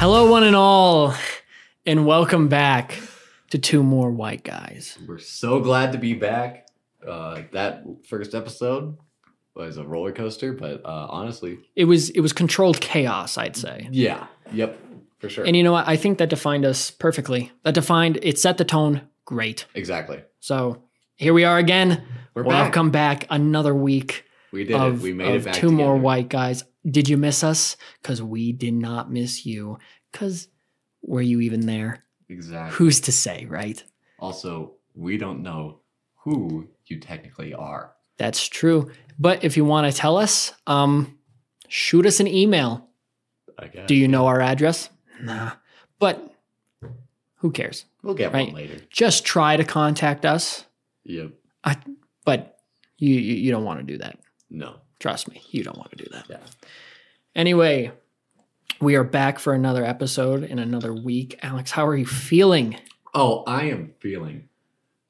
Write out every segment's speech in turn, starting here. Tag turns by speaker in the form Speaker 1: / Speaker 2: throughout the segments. Speaker 1: Hello, one and all, and welcome back to two more white guys.
Speaker 2: We're so glad to be back. Uh, that first episode was a roller coaster, but uh, honestly,
Speaker 1: It was it was controlled chaos, I'd say.
Speaker 2: yeah, yep, for sure,
Speaker 1: And you know what? I think that defined us perfectly. That defined it set the tone great.
Speaker 2: exactly.
Speaker 1: So here we are again.
Speaker 2: We're back.
Speaker 1: welcome back. another week
Speaker 2: We did
Speaker 1: of,
Speaker 2: it. We made
Speaker 1: of
Speaker 2: it back.
Speaker 1: two more
Speaker 2: together.
Speaker 1: white guys. Did you miss us? Because we did not miss you. Because were you even there?
Speaker 2: Exactly.
Speaker 1: Who's to say, right?
Speaker 2: Also, we don't know who you technically are.
Speaker 1: That's true. But if you want to tell us, um, shoot us an email.
Speaker 2: I guess.
Speaker 1: Do you know our address? Nah. But who cares?
Speaker 2: We'll get
Speaker 1: Right.
Speaker 2: one later.
Speaker 1: Just try to contact us,
Speaker 2: Yep.
Speaker 1: but you you, you don't want to do that.
Speaker 2: No.
Speaker 1: Trust me, you don't want to do that.
Speaker 2: Yeah.
Speaker 1: Anyway, we are back for another episode in another week. Alex, how are you feeling?
Speaker 2: Oh, I am feeling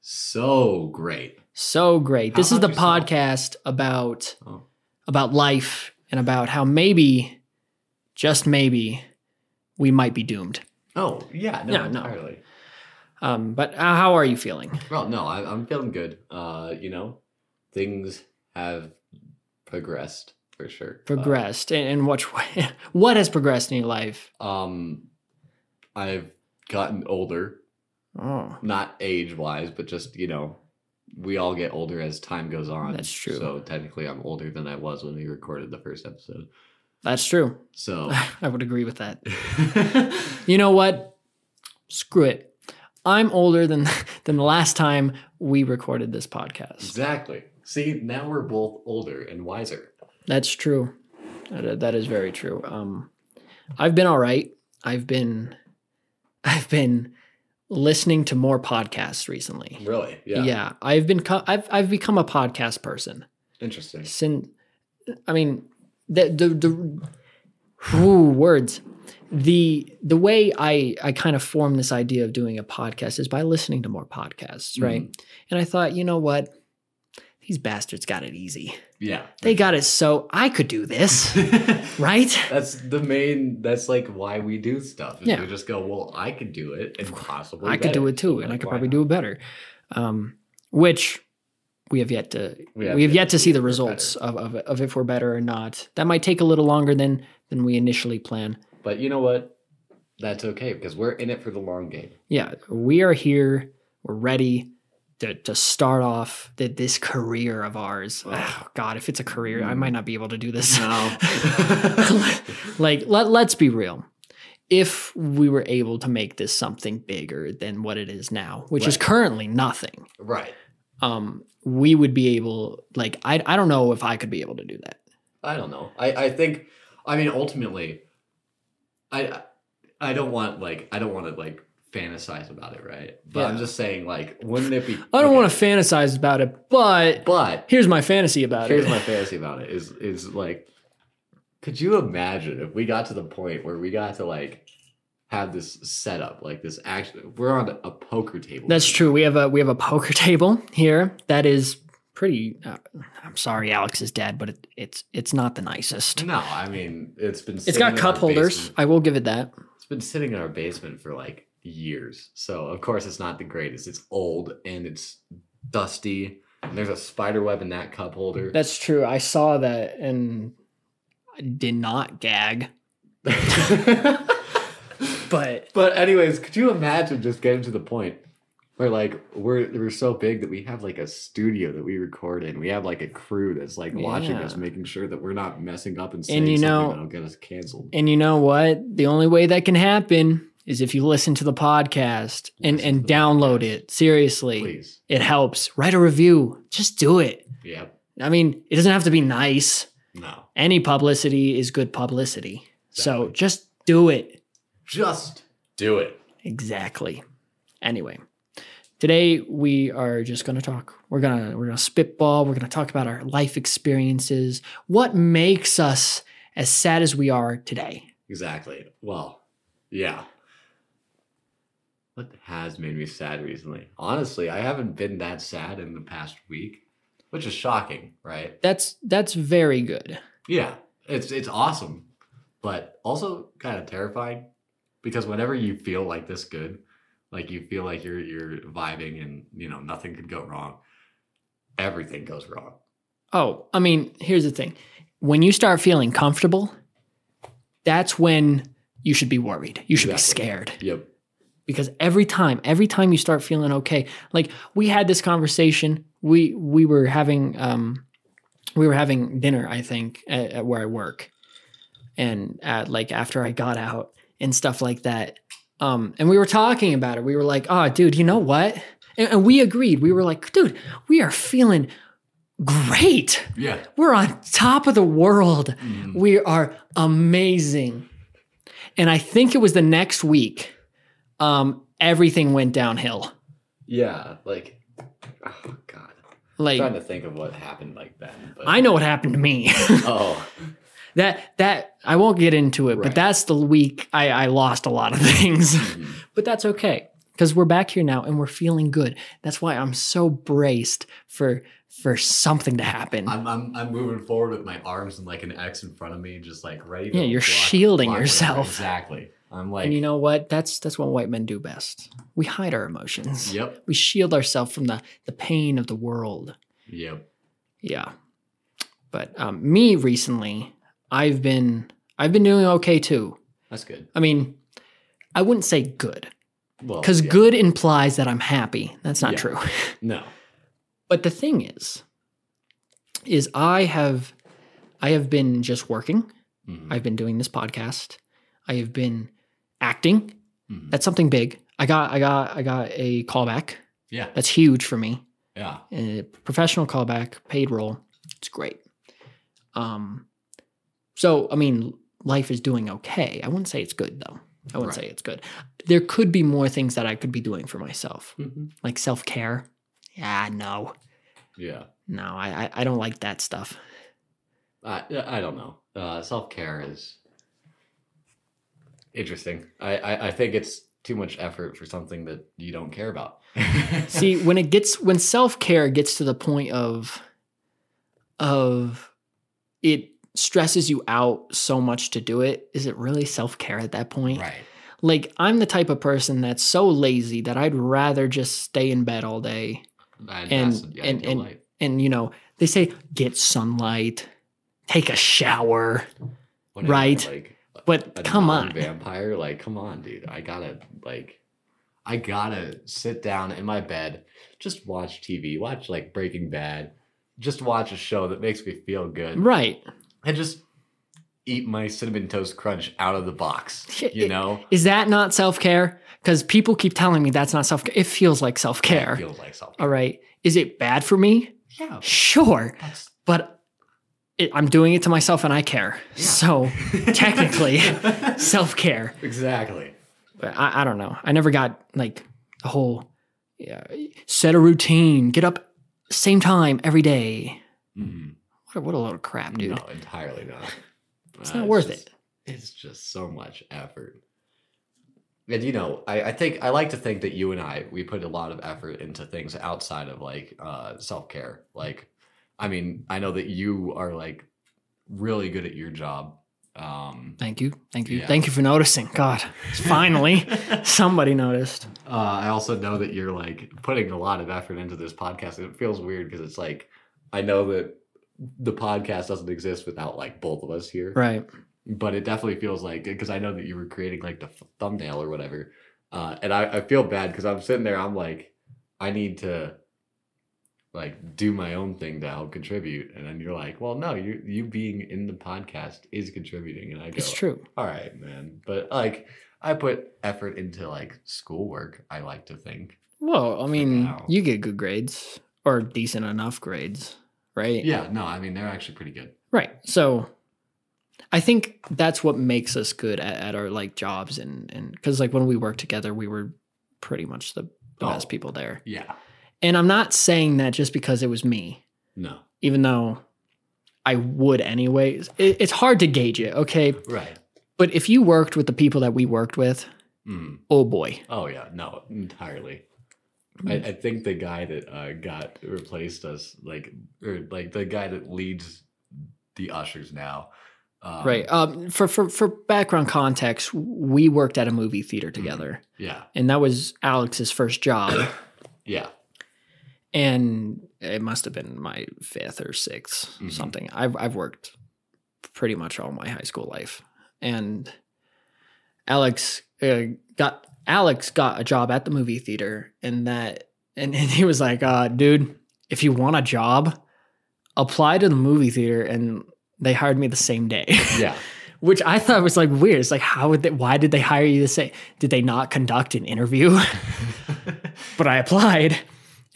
Speaker 2: so great.
Speaker 1: So great.
Speaker 2: How
Speaker 1: This is the
Speaker 2: about yourself?
Speaker 1: podcast about
Speaker 2: Oh.
Speaker 1: about life and about how maybe just maybe we might be doomed.
Speaker 2: Oh, yeah. No,
Speaker 1: Yeah, no.
Speaker 2: entirely.
Speaker 1: Um, but uh, how are you feeling?
Speaker 2: Well, no, I, I'm feeling good. Uh, you know, things have progressed for sure. Uh,
Speaker 1: progressed in, in which way what has progressed in your life
Speaker 2: Uh, um, I've gotten older,
Speaker 1: oh
Speaker 2: not age wise, but just you know, we all get older as time goes on.
Speaker 1: That's true.
Speaker 2: So technically, I'm older than I was when we recorded the first episode.
Speaker 1: that's true
Speaker 2: So,
Speaker 1: i would agree with that you know what screw it i'm older than than the last time we recorded this podcast
Speaker 2: exactly. See, now we're both older and wiser.
Speaker 1: that's true that that is very true um i've been all right i've been i've been listening to more podcasts recently
Speaker 2: Really?
Speaker 1: yeah,
Speaker 2: Yeah.
Speaker 1: yeah i've been co- i've i've become a podcast person
Speaker 2: Interesting.
Speaker 1: Sin, I mean, the the the whew, words, the the way I I kind of formed this idea of doing a podcast is by listening to more podcasts, right? And I thought, you know what, these bastards got it easy.
Speaker 2: Yeah.
Speaker 1: They got it so I could do this, right?
Speaker 2: That's the main. That's like why we do stuff. Is
Speaker 1: Yeah.
Speaker 2: We just go. Well, I could do it, and possibly
Speaker 1: I could do
Speaker 2: better."
Speaker 1: it too, and I
Speaker 2: like,
Speaker 1: could
Speaker 2: why
Speaker 1: probably
Speaker 2: not?
Speaker 1: do it better. Um, which we have yet to we
Speaker 2: We
Speaker 1: have,
Speaker 2: have
Speaker 1: yet to see the
Speaker 2: if we're
Speaker 1: results of, of of if we're better or not. That might take a little longer than than we initially planned.
Speaker 2: But you know what? That's okay because we're in it for the long game.
Speaker 1: yeah, we are here. We're ready to, to start off the, this career of ours.
Speaker 2: Wow.
Speaker 1: Oh, God, if it's a career, I
Speaker 2: Mm.
Speaker 1: might not be able to do this.
Speaker 2: No.
Speaker 1: like, let, let's be real. If we were able to make this something bigger than what it is now, which is
Speaker 2: Right.
Speaker 1: currently nothing,
Speaker 2: right.
Speaker 1: um, we would be able, like, I, I don't know if I could be able to do that.
Speaker 2: I don't know. I I think. I mean, ultimately, I I don't want like I don't want to like fantasize about it, right? But I'm
Speaker 1: Yeah.
Speaker 2: just saying, like, wouldn't it be?
Speaker 1: I don't want to fantasize about it, but
Speaker 2: But
Speaker 1: here's my fantasy about
Speaker 2: Here's
Speaker 1: it.
Speaker 2: my fantasy about it is is like could you imagine if we got to the point where we got to like have this setup like this action we're on a poker table
Speaker 1: That's true. We have a we have a poker table here that is pretty. Uh, I'm sorry, Alex is dead, but it, it's it's not the nicest.
Speaker 2: no i mean it's been
Speaker 1: It's
Speaker 2: sitting
Speaker 1: got
Speaker 2: in
Speaker 1: cup
Speaker 2: our
Speaker 1: holders.
Speaker 2: basement-
Speaker 1: I will give it that.
Speaker 2: it's been sitting in our basement for like years so of course it's not the greatest it's old and it's dusty and there's a spider web in that cup holder
Speaker 1: That's true. I saw that and I did not gag. But
Speaker 2: But anyways, could you imagine just getting to the point where like we're we're so big that we have like a studio that we record in. We have like a crew that's like watching
Speaker 1: Yeah.
Speaker 2: us, making sure that we're not messing up and saying
Speaker 1: you know-
Speaker 2: something that'll get us canceled.
Speaker 1: and you know what? The only way that can happen is if you listen to the podcast and
Speaker 2: Listen
Speaker 1: and
Speaker 2: to the
Speaker 1: download
Speaker 2: podcast.
Speaker 1: it. Seriously,
Speaker 2: Please.
Speaker 1: it helps. Write a review. Just do it.
Speaker 2: Yep.
Speaker 1: I mean, it doesn't have to be nice.
Speaker 2: No.
Speaker 1: any publicity is good publicity. So
Speaker 2: Exactly.
Speaker 1: just do it.
Speaker 2: Just do it.
Speaker 1: Exactly. Anyway, today we are just going to talk. We're going to we're going to spitball. We're going to talk about our life experiences. What makes us as sad as we are today?
Speaker 2: Exactly. Well, yeah. What has made me sad recently? Honestly, I haven't been that sad in the past week, which is shocking, right?
Speaker 1: That's that's very good.
Speaker 2: Yeah, it's it's awesome, but also kind of terrifying because whenever you feel like this good, like you feel like you're you're vibing and you know nothing could go wrong, everything goes wrong.
Speaker 1: Oh, I mean, here's the thing. When you start feeling comfortable, that's when you should be worried. You should
Speaker 2: Exactly.
Speaker 1: be scared.
Speaker 2: Yep.
Speaker 1: Because every time, every time you start feeling okay, like we had this conversation, we we were having um we were having dinner, I think, at, at where I work. And at, like after I got out and stuff like that. Um and we were talking about it. We were like, "Oh, dude, you know what?" And, and we agreed. We were like, "Dude, we are feeling great."
Speaker 2: Yeah.
Speaker 1: We're on top of the world.
Speaker 2: Mhm.
Speaker 1: Mm-hmm. We are amazing. And I think it was the next week, um, everything went downhill.
Speaker 2: Yeah. Like, oh god. I'm trying
Speaker 1: Like
Speaker 2: to think of what happened like then. But,
Speaker 1: I know what happened to me.
Speaker 2: Oh,
Speaker 1: that that I won't get into it,
Speaker 2: Right.
Speaker 1: but that's the week I, I lost a lot of things.
Speaker 2: mhm.
Speaker 1: but that's okay because we're back here now and we're feeling good. That's why I'm so braced for for something to happen.
Speaker 2: I'm, I'm I'm moving forward with my arms and like an X in front of me, just like ready. To
Speaker 1: Yeah, you're
Speaker 2: block-
Speaker 1: shielding
Speaker 2: block whatever.
Speaker 1: yourself.
Speaker 2: Exactly. I'm like,
Speaker 1: and you know what? That's that's what white men do best. We hide our emotions.
Speaker 2: yep,
Speaker 1: we shield ourselves from the the pain of the world
Speaker 2: yep.
Speaker 1: yeah but um, me recently i've been i've been doing okay too
Speaker 2: That's good.
Speaker 1: i mean i wouldn't say good
Speaker 2: Well,
Speaker 1: because
Speaker 2: Oh, yeah.
Speaker 1: good implies that i'm happy that's not
Speaker 2: Yeah.
Speaker 1: true
Speaker 2: No.
Speaker 1: but the thing is is i have i have been just working
Speaker 2: Mhm.
Speaker 1: i've been doing this podcast i have been acting
Speaker 2: Mhm.
Speaker 1: that's something big i got i got i got a callback
Speaker 2: Yeah.
Speaker 1: that's huge for me
Speaker 2: Yeah.
Speaker 1: a professional callback, paid role. It's great. Um, so I mean, life is doing okay. I wouldn't say it's good though. I wouldn't
Speaker 2: Right.
Speaker 1: say it's good. There could be more things that I could be doing for myself,
Speaker 2: Mhm.
Speaker 1: like self care. Yeah, no,
Speaker 2: Yeah.
Speaker 1: no, I, I I don't like that stuff.
Speaker 2: I I don't know. Uh, Self care is interesting. I, I I think it's too much effort for something that you don't care about.
Speaker 1: See, when it gets when self care gets to the point of of it stresses you out so much to do it, is it really self care at that point?
Speaker 2: right.
Speaker 1: Like I'm the type of person that's so lazy that I'd rather just stay in bed all day.
Speaker 2: And
Speaker 1: And-
Speaker 2: that's the
Speaker 1: and-
Speaker 2: ideal
Speaker 1: and-
Speaker 2: life.
Speaker 1: And you know, they say get sunlight, take a shower,
Speaker 2: What am I,
Speaker 1: right.
Speaker 2: Like a
Speaker 1: but come on.
Speaker 2: vampire. Like come on, dude. I gotta like. I gotta sit down in my bed, just watch TV, watch like Breaking Bad, just watch a show that makes me feel good.
Speaker 1: Right.
Speaker 2: and just eat my cinnamon toast crunch out of the box.
Speaker 1: Yeah,
Speaker 2: You
Speaker 1: it-
Speaker 2: know,
Speaker 1: Is that not self-care? Cuz people keep telling me that's not self-care. It feels like
Speaker 2: It
Speaker 1: self-care.
Speaker 2: feels like something.
Speaker 1: All right. Is it bad for me?
Speaker 2: Yeah,
Speaker 1: Sure,
Speaker 2: that's
Speaker 1: but it, I'm doing it to myself and I care.
Speaker 2: Yeah.
Speaker 1: So, technically. self-care.
Speaker 2: exactly.
Speaker 1: But I, I don't know. I never got like the whole yeah, set a routine, get up same time every day.
Speaker 2: Mhm.
Speaker 1: What a, what a load of crap, dude.
Speaker 2: No, entirely not.
Speaker 1: It's not worth
Speaker 2: just- It's just so much effort. And you know, I, I think I like to think that you and I we put a lot of effort into things outside of like uh, self care. Like, I mean, I know that you are like really good at your job. Um,
Speaker 1: Thank you. Thank you.
Speaker 2: Yeah.
Speaker 1: Thank you for noticing. God, finally, somebody noticed.
Speaker 2: Uh, I also know that you're like putting a lot of effort into this podcast, and it feels weird because it's like I know that the podcast doesn't exist without like both of us here,
Speaker 1: Right.
Speaker 2: but it definitely feels like because I know that you were creating like the f- thumbnail or whatever, uh, and I, I feel bad because I'm sitting there, I'm like, I need to like do my own thing to help contribute, and then you're like, well, no, you you being in the podcast is contributing, and I go,
Speaker 1: It's true.
Speaker 2: all right, man. But like, I put effort into like schoolwork. I like to think.
Speaker 1: Well, I mean,
Speaker 2: now.
Speaker 1: you get good grades or decent enough grades, right?
Speaker 2: Yeah. No, I mean they're actually pretty good.
Speaker 1: Right. So I think that's what makes us good at, at our like jobs and and because like when we worked together, we were pretty much the, the
Speaker 2: Oh.
Speaker 1: best people there.
Speaker 2: Yeah.
Speaker 1: And I'm not saying that just because it was me,
Speaker 2: No.
Speaker 1: even though I would anyways. It, it's hard to gauge it, okay?
Speaker 2: Right.
Speaker 1: But if you worked with the people that we worked with,
Speaker 2: Mm.
Speaker 1: oh boy.
Speaker 2: Oh yeah. No, entirely. I, I think the guy that uh, got replaced us, like, or like the guy that leads the ushers now, Um,
Speaker 1: right. Um, for for for background context, we worked at a movie theater together,
Speaker 2: Yeah.
Speaker 1: and that was Alex's first job,
Speaker 2: Yeah.
Speaker 1: and it must have been my fifth or 6th
Speaker 2: Mhm.
Speaker 1: something. I've I've worked pretty much all my high school life, and Alex uh, got Alex got a job at the movie theater, and that and, and he was like, uh, dude, if you want a job, apply to the movie theater, and they hired me the same day.
Speaker 2: Yeah.
Speaker 1: which I thought was like weird. It's like how would they? Why did they hire you to say? Did they not conduct an interview? but I applied,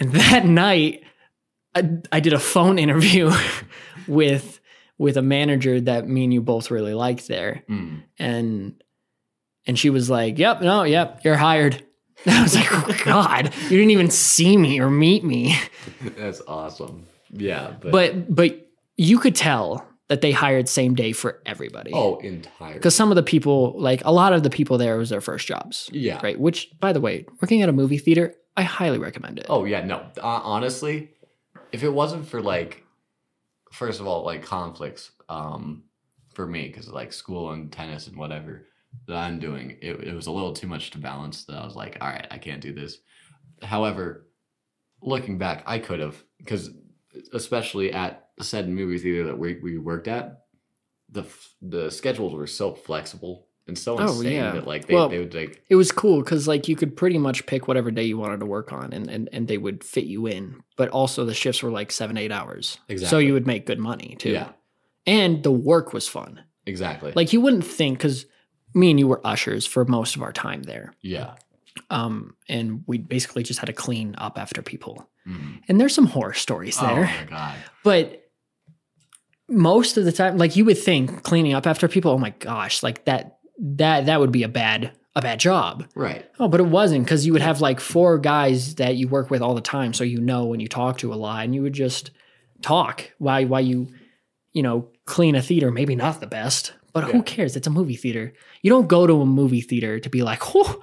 Speaker 1: and that night, I, I did a phone interview with with a manager that me and you both really liked there,
Speaker 2: Mm.
Speaker 1: and and she was like, "Yep, no, yep, you're hired." And I was like, oh, "God, you didn't even see me or meet me,"
Speaker 2: That's awesome. Yeah. But,
Speaker 1: but but you could tell that they hired same day for everybody.
Speaker 2: oh, entire.
Speaker 1: because some of the people, like a lot of the people there, was their first jobs,
Speaker 2: Yeah.
Speaker 1: right? Which, by the way, working at a movie theater, I highly recommend it.
Speaker 2: Oh yeah, no. Uh, honestly, if it wasn't for like, first of all, like conflicts, um, for me because like school and tennis and whatever that I'm doing, it, it was a little too much to balance. That I was like, all right, I can't do this. However, looking back, I could have because especially at said movie theater that we we worked at, the f- the schedules were so flexible and so
Speaker 1: Oh,
Speaker 2: insane
Speaker 1: yeah.
Speaker 2: that like they,
Speaker 1: Well-
Speaker 2: they would like
Speaker 1: it was cool because like you could pretty much pick whatever day you wanted to work on, and and and they would fit you in. But also the shifts were like seven eight hours, so
Speaker 2: Exactly.
Speaker 1: you would make good money too.
Speaker 2: yeah
Speaker 1: and the work was fun.
Speaker 2: exactly
Speaker 1: Like you wouldn't think because me and you were ushers for most of our time there,
Speaker 2: yeah.
Speaker 1: um, and we basically just had to clean up after people.
Speaker 2: Mhm.
Speaker 1: And there's some horror stories
Speaker 2: Oh
Speaker 1: there.
Speaker 2: my god.
Speaker 1: but most of the time like you would think cleaning up after people oh my gosh like that that that would be a bad a bad job
Speaker 2: Right.
Speaker 1: oh but it wasn't because you would have like four guys that you work with all the time so you know when you talk to a lot and you would just talk while while you you know clean a theater maybe not the best but
Speaker 2: Yeah.
Speaker 1: who cares it's a movie theater you don't go to a movie theater to be like oh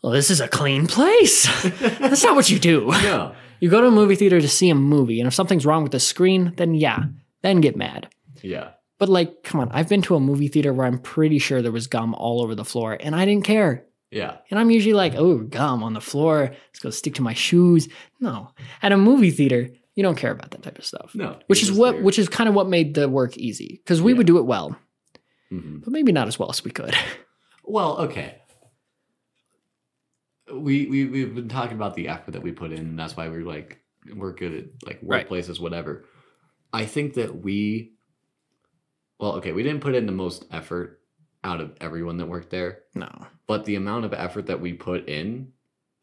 Speaker 1: well, this is a clean place that's not what you do
Speaker 2: no.
Speaker 1: you go to a movie theater to see a movie, and if something's wrong with the screen, then yeah, then get mad.
Speaker 2: Yeah.
Speaker 1: But like, come on, I've been to a movie theater where I'm pretty sure there was gum all over the floor, and I didn't care.
Speaker 2: Yeah.
Speaker 1: And I'm usually like, oh, gum on the floor, it's gonna stick to my shoes. No, at a movie theater, you don't care about that type of stuff.
Speaker 2: No.
Speaker 1: Which is what, which is kind of what made the work easy, because we
Speaker 2: Yeah.
Speaker 1: would do it well,
Speaker 2: hmm
Speaker 1: but maybe not as well as we could.
Speaker 2: Well, okay. We we we've been talking about the effort that we put in, and that's why we're like we're good at like
Speaker 1: Right.
Speaker 2: workplaces, whatever. I think that we, well, okay, we didn't put in the most effort out of everyone that worked there,
Speaker 1: no,
Speaker 2: but the amount of effort that we put in,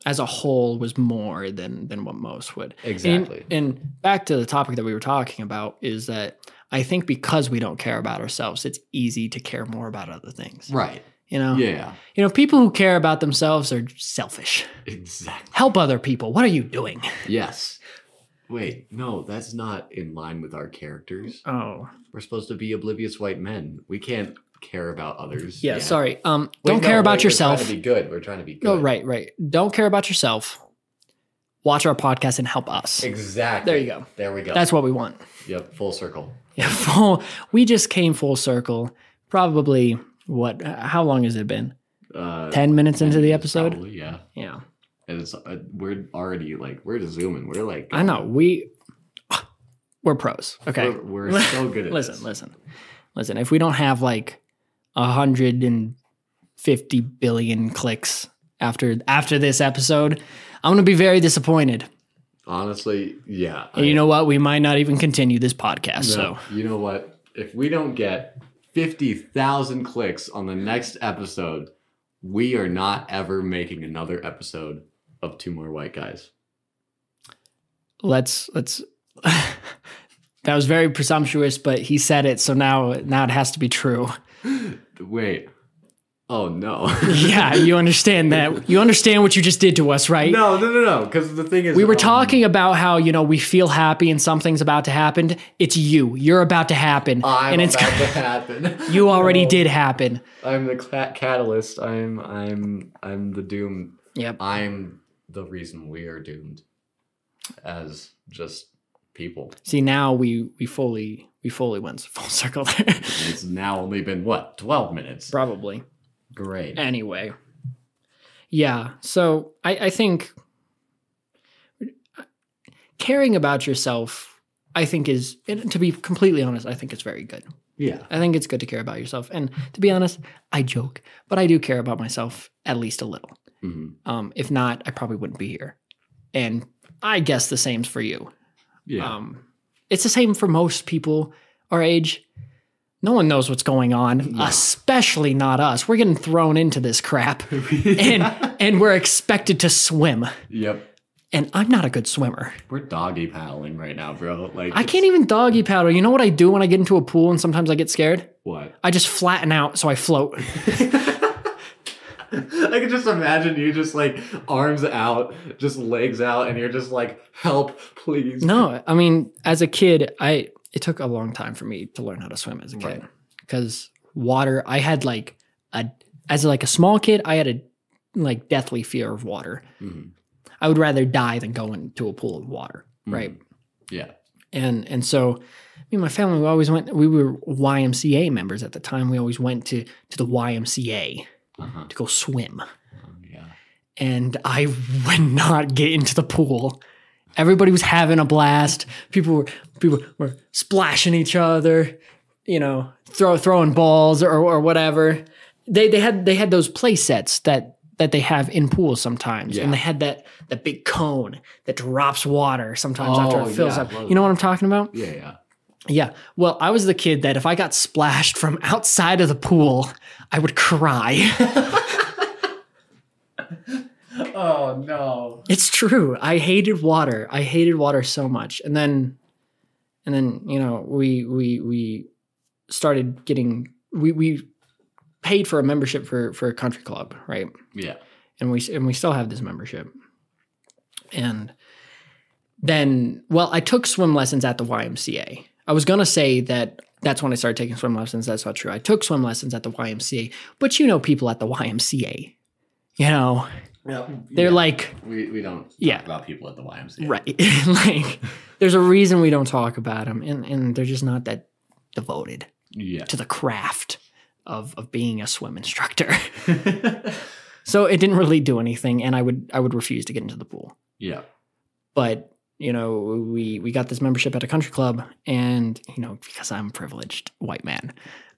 Speaker 1: as a whole was more than than what most would. And-
Speaker 2: exactly.
Speaker 1: And, back to the topic that we were talking about is that I think because we don't care about ourselves, it's easy to care more about other things.
Speaker 2: right.
Speaker 1: You know,
Speaker 2: Yeah.
Speaker 1: you know, people who care about themselves are selfish.
Speaker 2: Exactly.
Speaker 1: Help other people. What are you doing?
Speaker 2: Yes. Wait, no, that's not in line with our characters.
Speaker 1: Oh,
Speaker 2: We're supposed to be oblivious white men. We can't care about others.
Speaker 1: yeah.
Speaker 2: yet.
Speaker 1: Sorry. Um,
Speaker 2: Wait,
Speaker 1: don't
Speaker 2: no,
Speaker 1: care about
Speaker 2: wait, We're
Speaker 1: yourself.
Speaker 2: trying to be good. We're trying to be good.
Speaker 1: No, right, right. Don't care about yourself. Watch our podcast and help us.
Speaker 2: Exactly.
Speaker 1: There you go.
Speaker 2: There we go.
Speaker 1: That's what we want.
Speaker 2: yep. Full circle.
Speaker 1: Yeah, full. We just came full circle. Probably what? How long has it been?
Speaker 2: Uh,
Speaker 1: Ten minutes into the
Speaker 2: probably,
Speaker 1: episode.
Speaker 2: yeah.
Speaker 1: Yeah.
Speaker 2: And it's uh, we're already like we're just zooming. We're like
Speaker 1: I know we we're pros. Okay.
Speaker 2: We're, we're so good at
Speaker 1: listen,
Speaker 2: this.
Speaker 1: listen, listen. If we don't have like hundred and fifty billion clicks after after this episode, I'm gonna be very disappointed.
Speaker 2: Honestly, yeah.
Speaker 1: And
Speaker 2: I-
Speaker 1: you know what? We might not even continue this podcast.
Speaker 2: no,
Speaker 1: So
Speaker 2: you know what? If we don't get fifty thousand clicks on the next episode, we are not ever making another episode of Two More White Guys.
Speaker 1: let's let's. that was very presumptuous, but he said it, so now now it has to be true.
Speaker 2: Wait. Oh no.
Speaker 1: yeah, you understand that. You understand what you just did to us, right?
Speaker 2: No, no, no, no. Because the thing is,
Speaker 1: We were
Speaker 2: um,
Speaker 1: talking about how you know we feel happy and something's about to happen. It's you. You're about to happen,
Speaker 2: I'm
Speaker 1: and it's
Speaker 2: about to happen.
Speaker 1: you already
Speaker 2: No,
Speaker 1: did happen.
Speaker 2: I'm the cla catalyst. I'm, I'm, I'm the doom.
Speaker 1: Yep.
Speaker 2: I'm the reason we are doomed. As just people.
Speaker 1: See, now we we fully we fully went full circle there.
Speaker 2: And it's now only been what twelve minutes.
Speaker 1: Probably.
Speaker 2: Great.
Speaker 1: Anyway. Yeah. So I, I think caring about yourself, I think is and to be completely honest, I think it's very good.
Speaker 2: Yeah.
Speaker 1: I think it's good to care about yourself. And to be honest, I joke, but I do care about myself at least a little.
Speaker 2: hmm
Speaker 1: Um, if not, I probably wouldn't be here. And I guess the same's for you.
Speaker 2: Yeah.
Speaker 1: Um, it's the same for most people our age. No one knows what's going on,
Speaker 2: No.
Speaker 1: especially not us. We're getting thrown into this crap and and we're expected to swim.
Speaker 2: yep.
Speaker 1: And I'm not a good swimmer.
Speaker 2: We're doggy paddling right now, bro. Like
Speaker 1: I
Speaker 2: it's-
Speaker 1: can't even doggy paddle. You know what I do when I get into a pool and sometimes I get scared?
Speaker 2: What?
Speaker 1: I just flatten out so I float.
Speaker 2: I can just imagine you just like arms out, just legs out, and you're just like, help, please.
Speaker 1: No, I mean, as a kid, I it took a long time for me to learn how to swim as a kid
Speaker 2: Right.
Speaker 1: because water. I had like a as like a small kid, I had a like deathly fear of water.
Speaker 2: Mhm.
Speaker 1: I would rather die than go into a pool of water, right?
Speaker 2: Yeah.
Speaker 1: And and so, I mean, my family we always went. We were YMCA members at the time. We always went to to the YMCA
Speaker 2: Uh-huh.
Speaker 1: to go swim,
Speaker 2: Um, yeah.
Speaker 1: and I would not get into the pool. Everybody was having a blast. People were people were splashing each other, you know, throw throwing balls or, or whatever. They they had they had those play sets that that they have in pools sometimes,
Speaker 2: Yeah.
Speaker 1: and they had that that big cone that drops water sometimes after
Speaker 2: Oh,
Speaker 1: it fills
Speaker 2: yeah, I
Speaker 1: up.
Speaker 2: love
Speaker 1: You know what I'm talking about?
Speaker 2: Yeah. Yeah.
Speaker 1: Yeah. Well, I was the kid that if I got splashed from outside of the pool, I would cry.
Speaker 2: Oh no.
Speaker 1: It's true. I hated water. I hated water so much. And then and then, you know, we we we started getting we we paid for a membership for for a country club, right?
Speaker 2: Yeah.
Speaker 1: And we and we still have this membership. And then well, I took swim lessons at the YMCA. I was going to say that that's when I started taking swim lessons. That's not true. I took swim lessons at the YMCA, but you know people at the YMCA. You know,
Speaker 2: Yeah.
Speaker 1: they're like
Speaker 2: we we don't talk
Speaker 1: Yeah.
Speaker 2: about people at the YMCA.
Speaker 1: Right. like there's a reason we don't talk about them and, and they're just not that devoted
Speaker 2: Yeah.
Speaker 1: to the craft of of being a swim instructor. so it didn't really do anything and I would I would refuse to get into the pool.
Speaker 2: yeah.
Speaker 1: But you know, we we got this membership at a country club and you know, because I'm a privileged white man,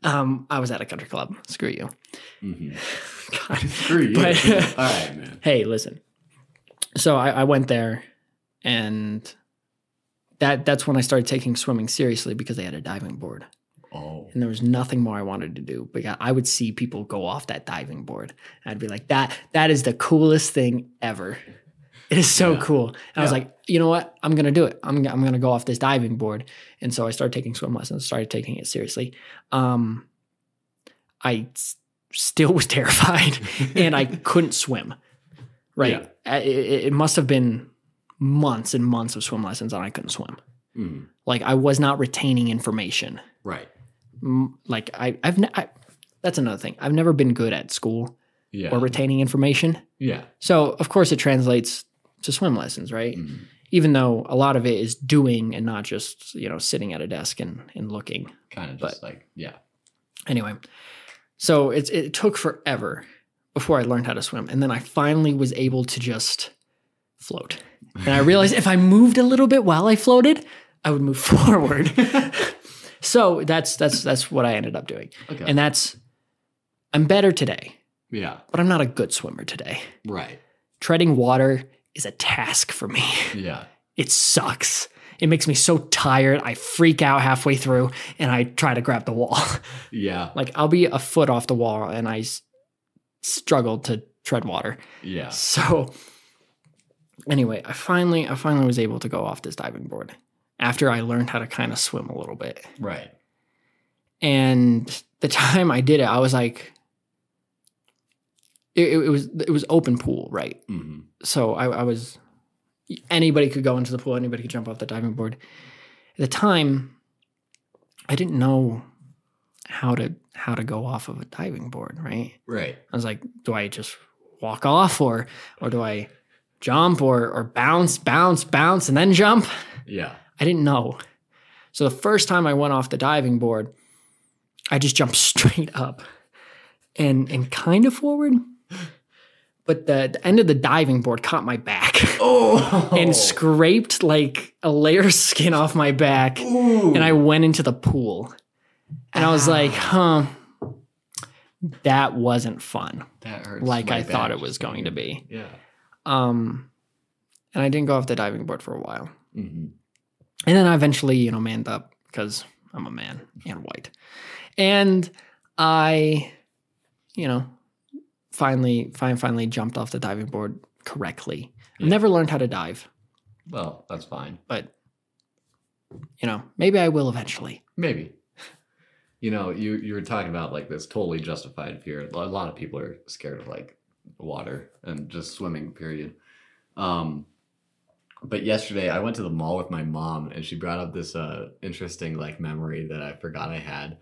Speaker 1: um I was at a country club. Screw you.
Speaker 2: hmm
Speaker 1: God.
Speaker 2: Screw you.
Speaker 1: But-
Speaker 2: All right, man.
Speaker 1: hey, listen. So I, I went there, and that that's when I started taking swimming seriously because they had a diving board,
Speaker 2: Oh.
Speaker 1: and there was nothing more I wanted to do. But I- I would see people go off that diving board, and I'd be like, "That that is the coolest thing ever." It is so
Speaker 2: Yeah.
Speaker 1: cool. And I was
Speaker 2: Yeah.
Speaker 1: like, you know what? I'm gonna do it. I'm I'm gonna go off this diving board. And so I started taking swim lessons. Started taking it seriously. Um, I s- still was terrified and I couldn't swim. Right. I- It, it must have been months and months of swim lessons and I couldn't swim.
Speaker 2: Mhm.
Speaker 1: Like I was not retaining information.
Speaker 2: Right.
Speaker 1: Mm, Like I, I've, ne- I, that's another thing. I've never been good at school
Speaker 2: Yeah.
Speaker 1: or retaining information.
Speaker 2: yeah.
Speaker 1: So of course it translates to swim lessons, right?
Speaker 2: Mhm.
Speaker 1: Even though a lot of it is doing and not just, you know, sitting at a desk and, and looking.
Speaker 2: Kind of
Speaker 1: But-
Speaker 2: just like yeah.
Speaker 1: Anyway, so it's it took forever before I learned how to swim, and then I finally was able to just float. And I realized if I moved a little bit while I floated, I would move forward. so that's that's that's what I ended up doing,
Speaker 2: Okay.
Speaker 1: and that's I'm better today,
Speaker 2: yeah.
Speaker 1: but I'm not a good swimmer today.
Speaker 2: Right.
Speaker 1: Treading water is a task for me.
Speaker 2: Yeah.
Speaker 1: It sucks. It makes me so tired. I freak out halfway through, and I try to grab the wall.
Speaker 2: Yeah.
Speaker 1: Like I'll be a foot off the wall and I s- struggle to tread water.
Speaker 2: Yeah.
Speaker 1: So anyway, I finally I finally was able to go off this diving board after I learned how to kind of swim a little bit.
Speaker 2: Right.
Speaker 1: And the time I did it, I was like it, it- it was it was open pool, right?
Speaker 2: hmm
Speaker 1: So I, I was anybody could go into the pool, anybody could jump off the diving board. At the time, I didn't know how to how to go off of a diving board, right?
Speaker 2: Right.
Speaker 1: I was like, do I just walk off or or do I jump or or bounce, bounce, bounce and then jump?
Speaker 2: Yeah.
Speaker 1: I didn't know. So the first time I went off the diving board, I just jumped straight up and and kind of forward. But the, the end of the diving board caught my back
Speaker 2: Oh.
Speaker 1: and scraped like a layer of skin off my back.
Speaker 2: Ooh.
Speaker 1: And I went into the pool. And I was like, huh, that wasn't fun
Speaker 2: that hurts
Speaker 1: like
Speaker 2: my
Speaker 1: I thought
Speaker 2: back.
Speaker 1: it was going to be.
Speaker 2: Yeah.
Speaker 1: Um, and I didn't go off the diving board for a while. Mm-hmm.
Speaker 2: Mhm.
Speaker 1: And then I eventually, you know, manned up because I'm a man and white. And I, you know, finally, fine, finally jumped off the diving board correctly.
Speaker 2: Yeah.
Speaker 1: I never learned how to dive,
Speaker 2: Well, that's fine.
Speaker 1: but, you know, maybe I will eventually.
Speaker 2: Maybe. You know, you you were talking about like this totally justified fear. A lot of people are scared of like water and just swimming. Period. Um, but yesterday I went to the mall with my mom, and she brought up this uh interesting like memory that I forgot I had.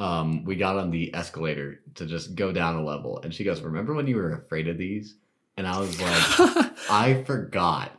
Speaker 2: Um, we got on the escalator to just go down a level, and she goes, "Remember when you were afraid of these?" And I was like, "I forgot.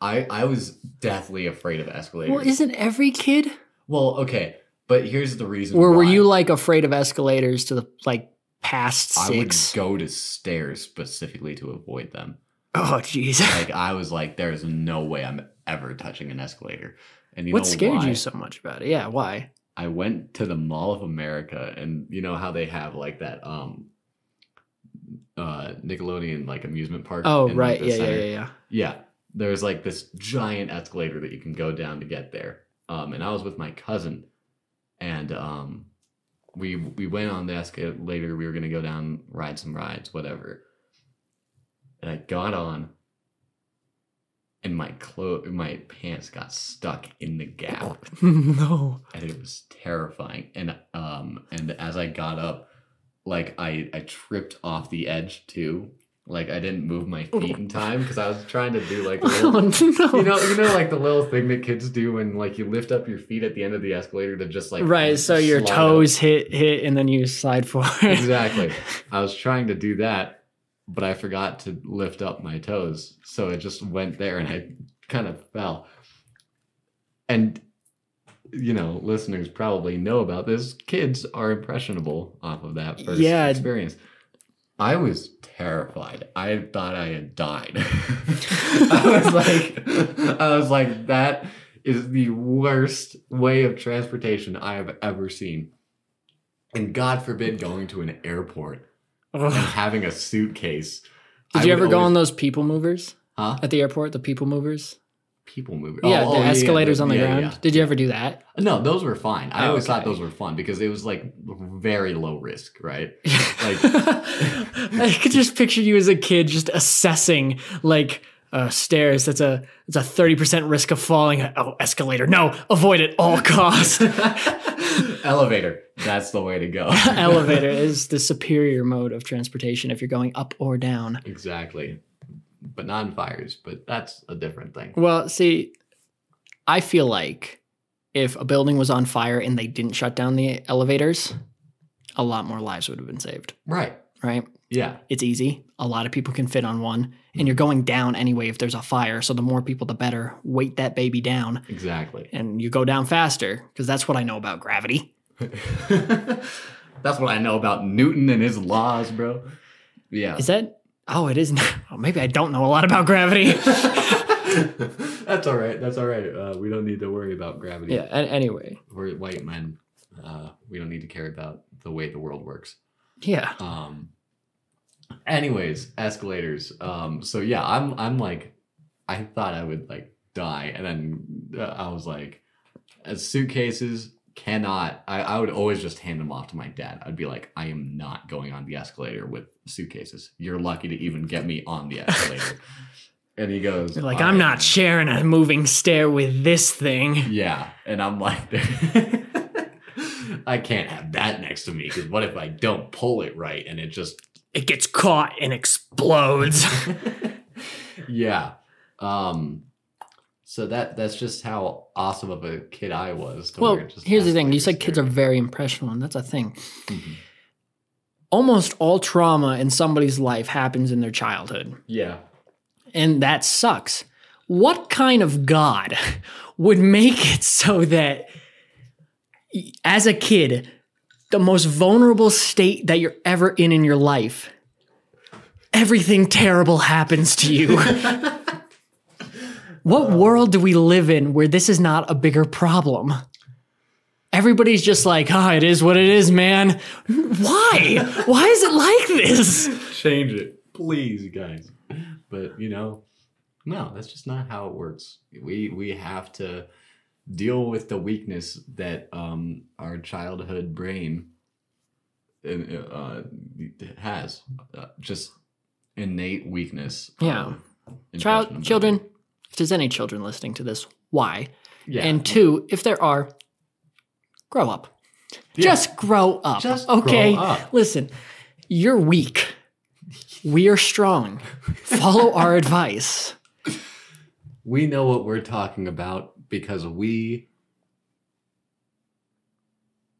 Speaker 2: I I was deathly afraid of escalators."
Speaker 1: well, isn't every kid?
Speaker 2: Well, okay, but here's the reason.
Speaker 1: Or were
Speaker 2: why.
Speaker 1: you like afraid of escalators to the like past
Speaker 2: I would
Speaker 1: six?
Speaker 2: go to stairs specifically to avoid them.
Speaker 1: Oh, jeez.
Speaker 2: Like I was like, there's no way I'm ever touching an escalator. And you
Speaker 1: what
Speaker 2: know
Speaker 1: scared
Speaker 2: why?
Speaker 1: you so much about it? Yeah, why?
Speaker 2: I went to the Mall of America, and you know how they have like that um, uh, Nickelodeon like amusement park.
Speaker 1: Oh,
Speaker 2: in, like,
Speaker 1: right.
Speaker 2: the
Speaker 1: Yeah, yeah,
Speaker 2: center?
Speaker 1: yeah, yeah.
Speaker 2: Yeah, there's like this giant escalator that you can go down to get there. Um, and I was with my cousin, and um, we we went on the escalator. We were gonna go down, ride some rides, whatever. And I got on, and my clo- my pants got stuck in the gap,
Speaker 1: no.
Speaker 2: and it was terrifying. And um, and as I got up, like I I tripped off the edge too. Like I didn't move my feet in time because I was trying to do like a little
Speaker 1: no.
Speaker 2: you know, you know, like the little thing that kids do when like you lift up your feet at the end of the escalator to just like
Speaker 1: right. So your
Speaker 2: slide up.
Speaker 1: toes hit hit, and then you slide forward.
Speaker 2: exactly. I was trying to do that, but I forgot to lift up my toes, so it just went there, and I kind of fell. And you know, listeners probably know about this. Kids are impressionable off of that first
Speaker 1: Yeah.
Speaker 2: experience. I was terrified. I thought I had died. I was like, I was like, that is the worst way of transportation I have ever seen. And God forbid going to an airport and
Speaker 1: Ugh.
Speaker 2: having a suitcase.
Speaker 1: Did
Speaker 2: I
Speaker 1: you
Speaker 2: would
Speaker 1: ever go on
Speaker 2: always-
Speaker 1: those people movers
Speaker 2: huh?
Speaker 1: at the airport? The people movers.
Speaker 2: people mover?
Speaker 1: yeah,
Speaker 2: Oh, oh,
Speaker 1: the escalators
Speaker 2: the-
Speaker 1: on the
Speaker 2: yeah,
Speaker 1: ground.
Speaker 2: yeah.
Speaker 1: Did you ever do that?
Speaker 2: No, those were fine. I
Speaker 1: Oh,
Speaker 2: always thought
Speaker 1: okay.
Speaker 2: those were fun because it was like very low risk, right?
Speaker 1: Like, I could just picture you as a kid just assessing like uh, stairs. That's a that's a thirty percent risk of falling. Oh, escalator. No, avoid at all costs.
Speaker 2: Elevator. That's the way to go.
Speaker 1: Elevator is the superior mode of transportation if you're going up or down.
Speaker 2: Exactly. But non fires, but that's a different thing.
Speaker 1: Well, see, I feel like if a building was on fire and they didn't shut down the elevators, a lot more lives would have been saved,
Speaker 2: Right.
Speaker 1: right?
Speaker 2: Yeah.
Speaker 1: It's easy. A lot of people can fit on one, and you're going down anyway if there's a fire. So the more people, the better. Weight that baby down,
Speaker 2: Exactly.
Speaker 1: and you go down faster because that's what I know about gravity.
Speaker 2: that's what I know about Newton and his laws, bro. Yeah.
Speaker 1: Is that? Oh, it is. Oh, maybe I don't know a lot about gravity.
Speaker 2: that's all right. That's all right. Uh, we don't need to worry about gravity.
Speaker 1: yeah. a- Anyway.
Speaker 2: We're white men. Uh, we don't need to care about the way the world works.
Speaker 1: Yeah.
Speaker 2: Um. Anyways, escalators. Um. So yeah, I'm. I'm like, I thought I would like die, and then uh, I was like, uh, suitcases cannot. I I would always just hand them off to my dad. I'd be like, I am not going on the escalator with suitcases. You're lucky to even get me on the escalator. and he goes,
Speaker 1: You're like,
Speaker 2: "All
Speaker 1: I'm
Speaker 2: right."
Speaker 1: not sharing a moving stair with this thing.
Speaker 2: Yeah, and I'm like, I can't have that next to me because what if I don't pull it right and it just
Speaker 1: It gets caught and explodes.
Speaker 2: yeah. Um so that that's just how awesome of a kid I was. to
Speaker 1: well,
Speaker 2: where it just
Speaker 1: here's the
Speaker 2: has to
Speaker 1: thing.
Speaker 2: be
Speaker 1: You said kids are
Speaker 2: scary.
Speaker 1: very impressionable, and that's a thing.
Speaker 2: Mhm.
Speaker 1: Almost all trauma in somebody's life happens in their childhood,
Speaker 2: Yeah.
Speaker 1: and that sucks. what kind of God would make it so that as a kid, the most vulnerable state that you're ever in in your life, everything terrible happens to you? what world do we live in where this is not a bigger problem? Everybody's just like, ah, it is what it is, man. Why? Why is it like this?
Speaker 2: Change it, please, guys. But you know, no, that's just not how it works. We we have to deal with the weakness that um, our childhood brain uh, has, uh, just innate weakness.
Speaker 1: Yeah.
Speaker 2: um,
Speaker 1: Child,
Speaker 2: impressionability.
Speaker 1: children, if there's any children listening to this, why?
Speaker 2: Yeah.
Speaker 1: And two, if there are, grow up.
Speaker 2: Yeah.
Speaker 1: Just grow up.
Speaker 2: Just grow
Speaker 1: okay.
Speaker 2: up.
Speaker 1: Listen, you're weak. We are strong. Follow our advice.
Speaker 2: we know what we're talking about because we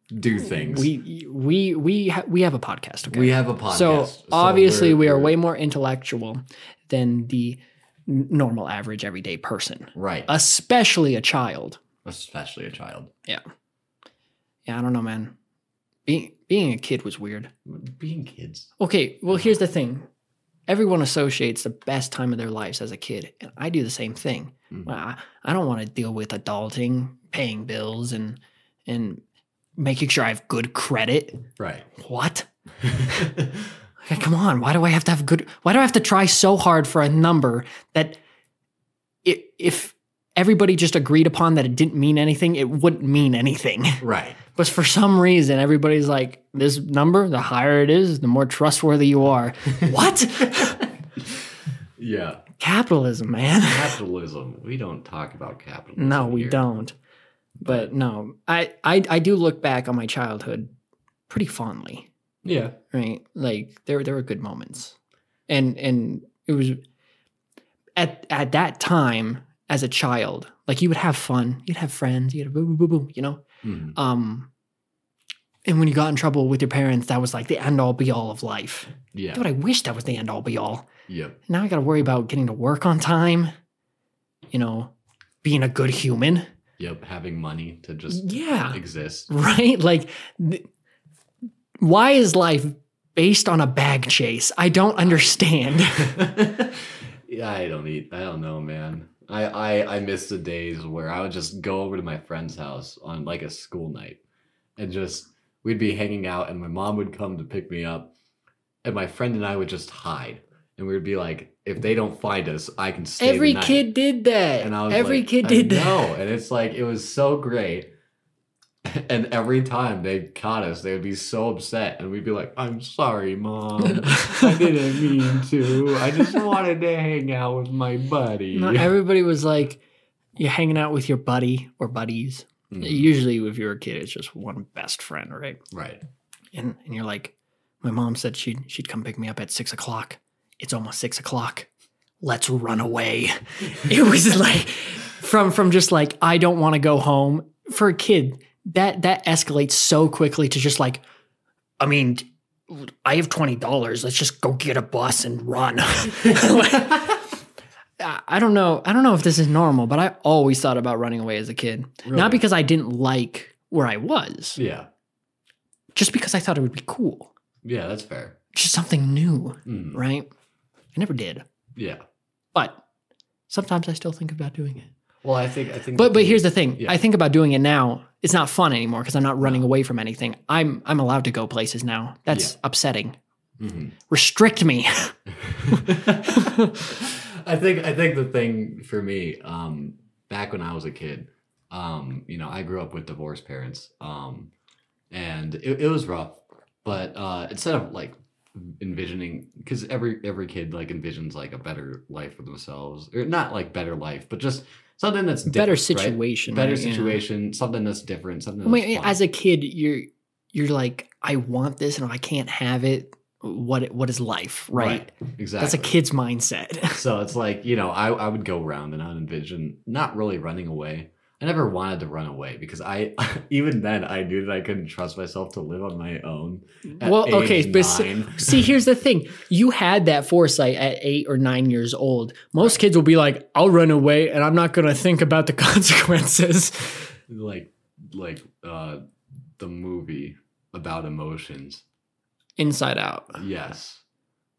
Speaker 2: do things.
Speaker 1: Hmm. We we we ha- we have a podcast. Okay.
Speaker 2: We have a podcast.
Speaker 1: so obviously
Speaker 2: we're-
Speaker 1: we are
Speaker 2: we're-
Speaker 1: way more intellectual than the n- normal average everyday person,
Speaker 2: right,
Speaker 1: especially a child.
Speaker 2: especially a child.
Speaker 1: Yeah, I don't know, man. Being being a kid was weird.
Speaker 2: Being kids.
Speaker 1: Okay, well, here's the thing. Everyone associates the best time of their lives as a kid, and I do the same thing.
Speaker 2: Mhm.
Speaker 1: Well, I, I don't want to deal with adulting, paying bills, and and making sure I have good credit.
Speaker 2: Right.
Speaker 1: What? Okay, come on, why do I have to have good? Why do I have to try so hard for a number that i if everybody just agreed upon that it didn't mean anything, it wouldn't mean anything.
Speaker 2: right.
Speaker 1: But for some reason, everybody's like, this number, the higher it is, the more trustworthy you are. what?
Speaker 2: Yeah.
Speaker 1: Capitalism, man.
Speaker 2: Capitalism. We don't talk about capitalism.
Speaker 1: No, we
Speaker 2: here.
Speaker 1: don't. But no, I, I I do look back on my childhood pretty fondly.
Speaker 2: Yeah.
Speaker 1: Right? Like there there were good moments. And and it was at at that time as a child, like you would have fun, you'd have friends, you'd have boo boo boo boo, you know?
Speaker 2: Mhm.
Speaker 1: Um and when you got in trouble with your parents, that was like the end all be all of life.
Speaker 2: Yeah.
Speaker 1: Dude, I wish that was the end all be all.
Speaker 2: Yep.
Speaker 1: Now I got to worry about getting to work on time, you know, being a good human.
Speaker 2: Yep. Having money to just
Speaker 1: Yeah.
Speaker 2: exist.
Speaker 1: Right? Like, th- why is life based on a bag chase? I don't understand.
Speaker 2: yeah, I don't eat. I don't know, man. I, I I miss the days where I would just go over to my friend's house on like a school night, and just we'd be hanging out, and my mom would come to pick me up, and my friend and I would just hide, and we would be like, if they don't find us, I can stay. the
Speaker 1: Every
Speaker 2: night."
Speaker 1: kid did that.
Speaker 2: And I was
Speaker 1: Every
Speaker 2: like,
Speaker 1: kid
Speaker 2: I
Speaker 1: did that.
Speaker 2: know. And it's like it was so great. And every time they caught us, they would be so upset, and we'd be like, "I'm sorry, mom. I didn't mean to. I just wanted to hang out with my buddy."
Speaker 1: Not everybody was like, you're hanging out with your buddy or buddies.
Speaker 2: Mm,
Speaker 1: Usually, if you're a kid, it's just one best friend, right?
Speaker 2: right.
Speaker 1: And, and you're like, my mom said she'd, she'd come pick me up at six o'clock. It's almost six o'clock. Let's run away. it was like from from just like I don't want to go home for a kid that that escalates so quickly to just like I mean I have twenty dollars let's just go get a bus and run. I I don't know I don't know if this is normal but I always thought about running away as a kid
Speaker 2: Really?
Speaker 1: not because I didn't like where I was
Speaker 2: Yeah.
Speaker 1: just because I thought it would be cool
Speaker 2: Yeah, that's fair.
Speaker 1: just something new
Speaker 2: Mm,
Speaker 1: right I never did
Speaker 2: yeah.
Speaker 1: but sometimes I still think about doing it.
Speaker 2: Well, I think I think.
Speaker 1: But but here's the thing.
Speaker 2: Yeah.
Speaker 1: I think about doing it now. It's not fun anymore because I'm not running away from anything. I'm I'm allowed to go places now. That's upsetting.
Speaker 2: Mhm.
Speaker 1: Restrict me.
Speaker 2: I think I think the thing for me, um, back when I was a kid, um, you know, I grew up with divorced parents, um, and it, it was rough. But uh, instead of like envisioning, because every every kid like envisions like a better life for themselves, or not like better life, but just something that's different,
Speaker 1: Better
Speaker 2: right?
Speaker 1: situation.
Speaker 2: better
Speaker 1: right? Yeah.
Speaker 2: situation, something that's different, something.
Speaker 1: I
Speaker 2: That's
Speaker 1: mean,
Speaker 2: fun.
Speaker 1: as a kid, you're you're like, I want this, and if I can't have it, what what is life, right?
Speaker 2: exactly.
Speaker 1: That's a kid's mindset.
Speaker 2: So it's like, you know, I, I would go around and I would envision not really running away. I never wanted to run away because I even then I knew that I couldn't trust myself to live on my own. at
Speaker 1: Well, okay,
Speaker 2: age
Speaker 1: but s-
Speaker 2: nine.
Speaker 1: See, here's the thing. You had that foresight at eight or nine years old. Most kids will be like, I'll run away and I'm not going to think about the consequences.
Speaker 2: like like uh the movie about emotions.
Speaker 1: Inside out.
Speaker 2: Yes.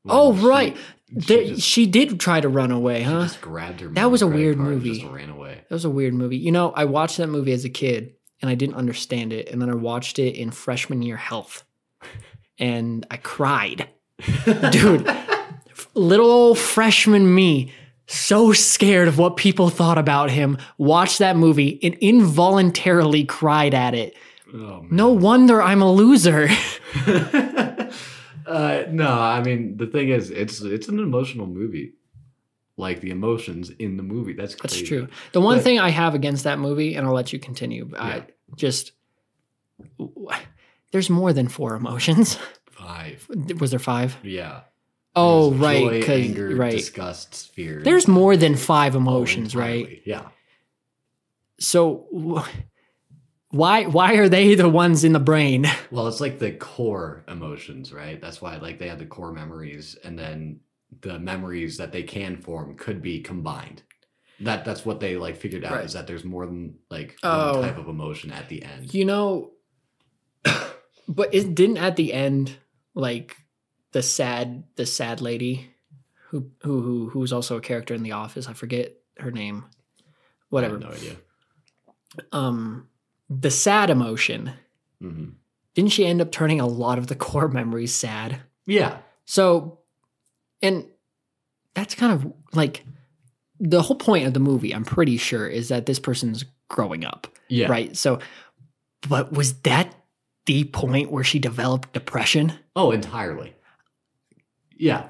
Speaker 1: Oh,
Speaker 2: When she-
Speaker 1: right.
Speaker 2: She,
Speaker 1: There-
Speaker 2: just,
Speaker 1: she did try to run away,
Speaker 2: she
Speaker 1: huh?
Speaker 2: just grabbed her.
Speaker 1: That was a
Speaker 2: credit
Speaker 1: weird
Speaker 2: card and
Speaker 1: movie.
Speaker 2: Just ran away.
Speaker 1: That was a weird movie. You know, I watched that movie as a kid and I didn't understand it. And then I watched it in freshman year health and I cried. Dude, little old freshman me, so scared of what people thought about him, watched that movie and involuntarily cried at it.
Speaker 2: Oh, man.
Speaker 1: No wonder I'm a loser.
Speaker 2: uh, no, I mean the thing is, it's it's an emotional movie. Like the emotions in the movie. That's
Speaker 1: That's
Speaker 2: crazy.
Speaker 1: true. The one
Speaker 2: But-
Speaker 1: thing I have against that movie, and I'll let you continue, but I
Speaker 2: Yeah.
Speaker 1: just there's more than four emotions.
Speaker 2: Five.
Speaker 1: Was there five?
Speaker 2: Yeah.
Speaker 1: Oh,
Speaker 2: There's
Speaker 1: right,
Speaker 2: joy,
Speaker 1: 'cause-
Speaker 2: anger,
Speaker 1: right.
Speaker 2: disgust, fear.
Speaker 1: There's more than five
Speaker 2: Oh,
Speaker 1: emotions, right?
Speaker 2: entirely. Yeah.
Speaker 1: So wh- why why are they the ones in the brain?
Speaker 2: Well, it's like the core emotions, right? That's why like they have the core memories, and then the memories that they can form could be combined. That that's what they like figured out
Speaker 1: Right.
Speaker 2: is that there's more than like
Speaker 1: Oh.
Speaker 2: one type of emotion at the end.
Speaker 1: You know, but it didn't at the end like the sad the sad lady who who who who's also a character in The Office. I forget her name. Whatever.
Speaker 2: I have no idea.
Speaker 1: Um, the sad emotion.
Speaker 2: hmm
Speaker 1: Didn't she end up turning a lot of the core memories sad?
Speaker 2: Yeah,
Speaker 1: So, and that's kind of like the whole point of the movie, I'm pretty sure, is that this person's growing up,
Speaker 2: yeah.
Speaker 1: right? So, but was that the point where she developed depression?
Speaker 2: Oh, entirely. Yeah.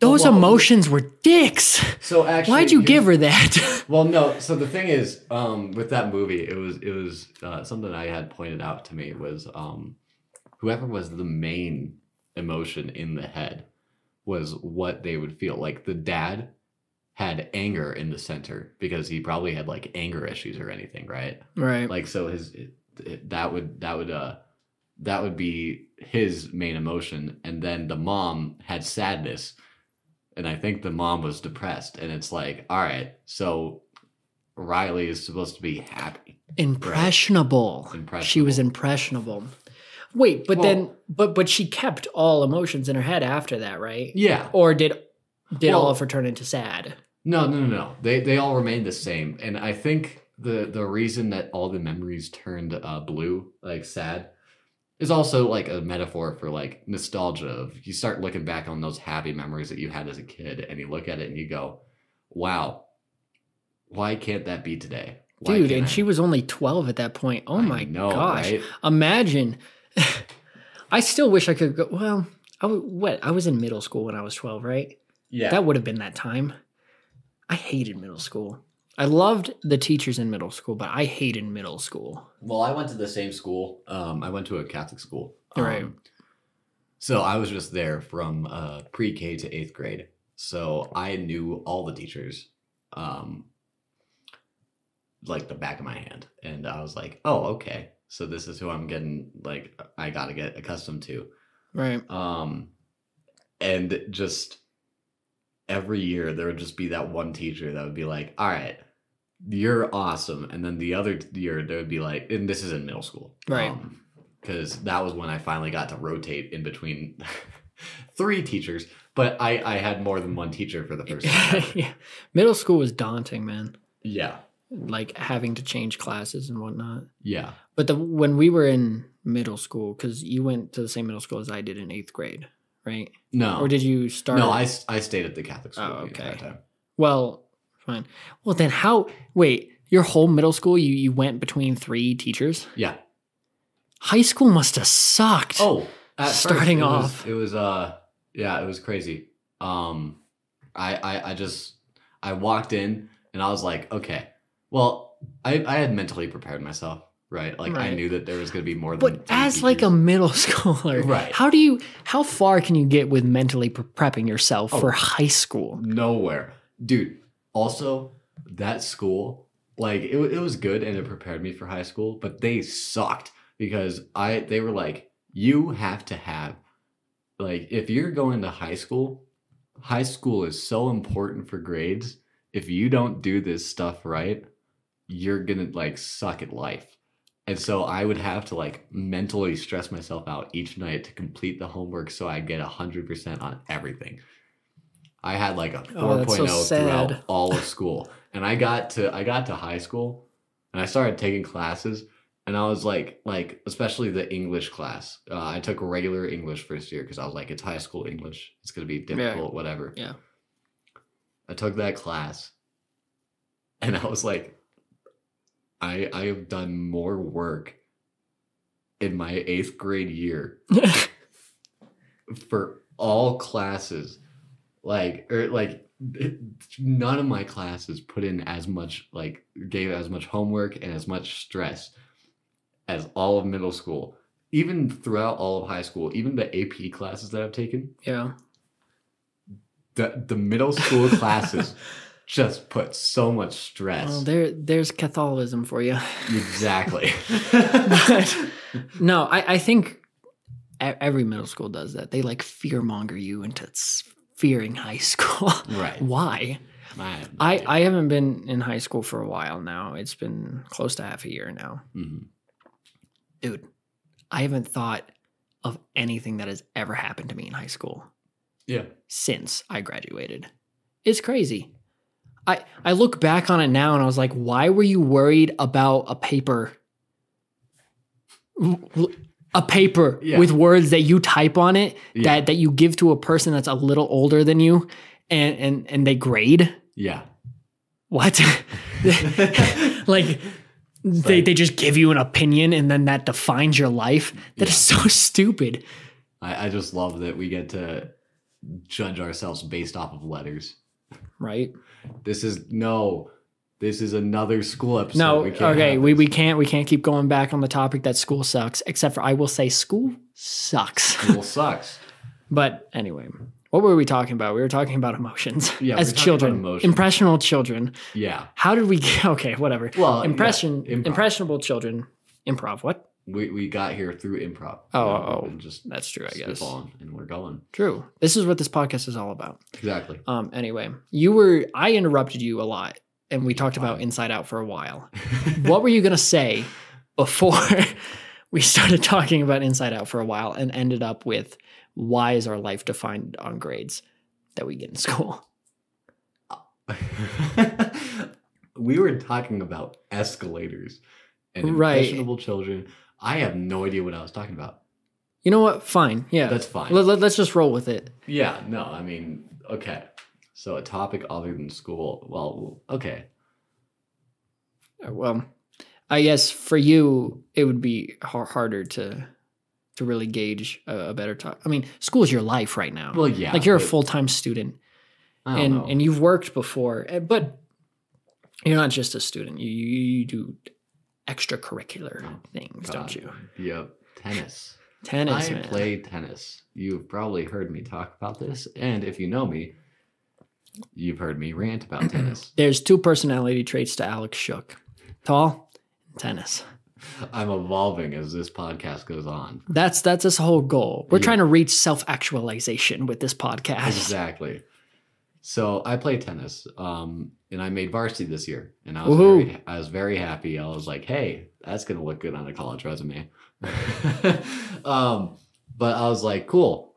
Speaker 1: Those
Speaker 2: Oh, Well,
Speaker 1: emotions were dicks.
Speaker 2: So actually,
Speaker 1: Why'd you
Speaker 2: here's-
Speaker 1: give her that?
Speaker 2: Well, no. So the thing is, um, with that movie, it was it was uh, something I had pointed out to me was um, whoever was the main emotion in the head was what they would feel. Like the dad had anger in the center because he probably had like anger issues or anything, right?
Speaker 1: right.
Speaker 2: Like so his it, it- that would that would uh that would be his main emotion, and then the mom had sadness, and I think the mom was depressed, and it's like, all right, so Riley is supposed to be happy.
Speaker 1: impressionable. She was impressionable. Wait, but
Speaker 2: Well-
Speaker 1: then, but but she kept all emotions in her head after that, right?
Speaker 2: Yeah.
Speaker 1: Or did did all
Speaker 2: Well-
Speaker 1: of her turn into sad?
Speaker 2: No, no, no, no. They they all remained the same, and I think the the reason that all the memories turned uh, blue, like sad, is also like a metaphor for like nostalgia. Of you start looking back on those happy memories that you had as a kid, and you look at it and you go, "Wow, why can't that be today, Why
Speaker 1: Dude,
Speaker 2: can't
Speaker 1: and
Speaker 2: I-
Speaker 1: she was only 12 at that point. Oh
Speaker 2: I
Speaker 1: my
Speaker 2: know,
Speaker 1: gosh.
Speaker 2: right?
Speaker 1: Imagine. I still wish I could go. Well, I w- what? I was in middle school when I was 12, right?
Speaker 2: Yeah,
Speaker 1: That would have been that time. I hated middle school. I loved the teachers in middle school, but I hated middle school.
Speaker 2: Well, I went to the same school. Um, I went to a Catholic school. Um,
Speaker 1: Right.
Speaker 2: So I was just there from uh, pre-K to eighth grade. So I knew all the teachers, um, like the back of my hand, and I was like, "Oh, okay. So this is who I'm getting. Like, I gotta get accustomed to."
Speaker 1: Right.
Speaker 2: Um, and just every year there would just be that one teacher that would be like, "All right, you're awesome," and then the other year there would be like, and this is in middle school,
Speaker 1: Right.
Speaker 2: Because that was when I finally got to rotate in between three teachers, but I I had more than one teacher for the first time.
Speaker 1: yeah. Middle school was daunting, man.
Speaker 2: yeah,
Speaker 1: Like having to change classes and whatnot.
Speaker 2: yeah,
Speaker 1: But the when we were in middle school, because you went to the same middle school as I did in eighth grade, right?
Speaker 2: no,
Speaker 1: Or did you start?
Speaker 2: Oh. no, I s- I stayed at the Catholic school
Speaker 1: Oh,
Speaker 2: the entire
Speaker 1: okay.
Speaker 2: time.
Speaker 1: Well, fine. Well, then how? Wait, your whole middle school, you you went between three teachers.
Speaker 2: Yeah.
Speaker 1: High school must have sucked.
Speaker 2: Oh, at first
Speaker 1: Starting
Speaker 2: it was-
Speaker 1: off.
Speaker 2: it was uh, yeah, it was crazy. Um, I, I I just I walked in and I was like, okay, well, I I had mentally prepared myself, right? Like I
Speaker 1: Right.
Speaker 2: knew that there was gonna be more than.
Speaker 1: but
Speaker 2: three
Speaker 1: as like a
Speaker 2: teachers.
Speaker 1: middle schooler,
Speaker 2: Right.
Speaker 1: How do you? How far can you get with mentally pre- prepping yourself
Speaker 2: Oh.
Speaker 1: for high school?
Speaker 2: nowhere, dude. Also, that school like it, wa- it was good and it prepared me for high school but they sucked because i they were like you have to have like if you're going to high school high school is so important for grades if you don't do this stuff right you're gonna like suck at life and so i would have to like mentally stress myself out each night to complete the homework so i get 100% on everything i had like a 4.0
Speaker 1: Oh, that's so
Speaker 2: throughout
Speaker 1: sad.
Speaker 2: all of school and i got to i got to high school and i started taking classes and i was like like especially the english class uh, i took regular english first year because i was like it's high school english it's going to be difficult whatever
Speaker 1: Yeah.
Speaker 2: i took that class and i was like i i have done more work in my eighth grade year for all classes like or like none of my classes put in as much like gave as much homework and as much stress as all of middle school even throughout all of high school even the ap classes that i've taken
Speaker 1: yeah.
Speaker 2: the, the middle school classes just put so much stress
Speaker 1: Well, there, there's Catholicism for you.
Speaker 2: exactly
Speaker 1: But- no, I, I think e- every middle school does that. They like fear monger you into s- fearing high school.
Speaker 2: right
Speaker 1: Why?
Speaker 2: My-
Speaker 1: I, I haven't been in high school for a while now. It's been close to half a year now.
Speaker 2: Mhm.
Speaker 1: Dude, I haven't thought of anything that has ever happened to me in high school
Speaker 2: yeah
Speaker 1: since I graduated. It's crazy. I, I look back on it now and I was like, why were you worried about a paper? A paper
Speaker 2: Yeah.
Speaker 1: with words that you type on it
Speaker 2: Yeah.
Speaker 1: that, that you give to a person that's a little older than you and, and, and they grade?
Speaker 2: yeah
Speaker 1: What? like they,
Speaker 2: like-
Speaker 1: they just give you an opinion and then that defines your life. That is so stupid.
Speaker 2: I, I just love that we get to judge ourselves based off of letters.
Speaker 1: Right?
Speaker 2: This is no, this is another school episode.
Speaker 1: no,
Speaker 2: we can't
Speaker 1: okay,
Speaker 2: have
Speaker 1: we,
Speaker 2: this.
Speaker 1: we can't we can't keep going back on the topic that school sucks, except for I will say school sucks.
Speaker 2: school sucks.
Speaker 1: but anyway, what were we talking about? We were talking about emotions
Speaker 2: Yeah, we
Speaker 1: as
Speaker 2: were talking
Speaker 1: children.
Speaker 2: about emotions.
Speaker 1: Impressionable children.
Speaker 2: Yeah,
Speaker 1: How did we get okay, whatever.
Speaker 2: Well, yeah,
Speaker 1: Impression
Speaker 2: improv.
Speaker 1: impressionable children. Improv, what?
Speaker 2: we, we got here through improv.
Speaker 1: Oh,
Speaker 2: you know,
Speaker 1: oh, oh.
Speaker 2: and just
Speaker 1: That's true, I guess.
Speaker 2: spitballing, and we're going
Speaker 1: True. This is what this podcast is all about.
Speaker 2: exactly.
Speaker 1: Um. Anyway, you were I interrupted you a lot, and we talked about
Speaker 2: Wow.
Speaker 1: Inside Out for a while. what were you gonna say before we started talking about Inside Out for a while and ended up with why is our life defined on grades that we get in school?
Speaker 2: we were talking about escalators and
Speaker 1: Right.
Speaker 2: impressionable children. I have no idea what I was talking about.
Speaker 1: You know what? Fine. Yeah.
Speaker 2: That's fine.
Speaker 1: Let, let, us just roll with it.
Speaker 2: Yeah, no, I mean, okay. So a topic other than school. Well, okay.
Speaker 1: Uh, Well, I guess for you it would be har- harder to to really gauge a, a better talk. I mean, school's your life right now.
Speaker 2: Well, yeah.
Speaker 1: like you're a
Speaker 2: but
Speaker 1: full time student.
Speaker 2: I don't
Speaker 1: and
Speaker 2: know.
Speaker 1: and you've worked before, eh, but you're not just a student. You you, you do extracurricular
Speaker 2: Oh,
Speaker 1: things,
Speaker 2: God.
Speaker 1: don't you?
Speaker 2: Yep. Tennis.
Speaker 1: Tennis,
Speaker 2: I
Speaker 1: man.
Speaker 2: play tennis. You've probably heard me talk about this, and if you know me, you've heard me rant about tennis.
Speaker 1: There's two personality traits to Alex Shook: tall, and tennis.
Speaker 2: I'm evolving as this podcast goes on.
Speaker 1: That's that's his whole goal. We're
Speaker 2: Yeah.
Speaker 1: trying to reach self actualization with this podcast.
Speaker 2: Exactly. So I play tennis, um, and I made varsity this year, and I was
Speaker 1: Woohoo.
Speaker 2: very, I was very happy. I was like, "Hey, that's gonna look good on a college resume." um, but I was like, "Cool,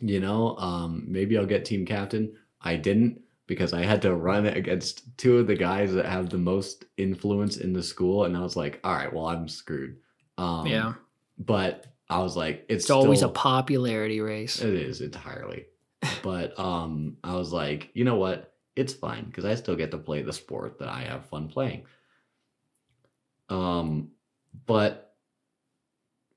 Speaker 2: you know, um, maybe I'll get team captain." I didn't because I had to run against two of the guys that have the most influence in the school, and I was like, "All right, well, I'm screwed." Um,
Speaker 1: yeah,
Speaker 2: But I was like, "It's,
Speaker 1: it's always a
Speaker 2: still-
Speaker 1: popularity race.
Speaker 2: it is entirely. But um I was like, you know what? It's fine because I still get to play the sport that I have fun playing. Um but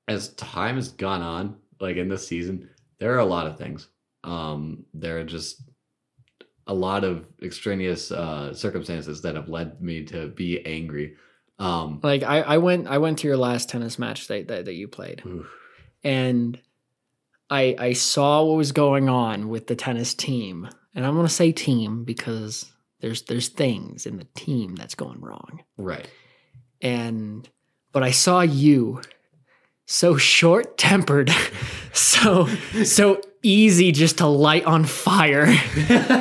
Speaker 2: as time has gone on, like in this season, there are a lot of things. Um there are just a lot of extraneous uh circumstances that have led me to be angry. Um
Speaker 1: Like I, I went I went to your last tennis match that that, that you played.
Speaker 2: oof,
Speaker 1: and I I saw what was going on with the tennis team. And I'm gonna say team because There's there's things in the team that's going wrong.
Speaker 2: Right.
Speaker 1: And but I saw you so short tempered, so so easy just to light on fire.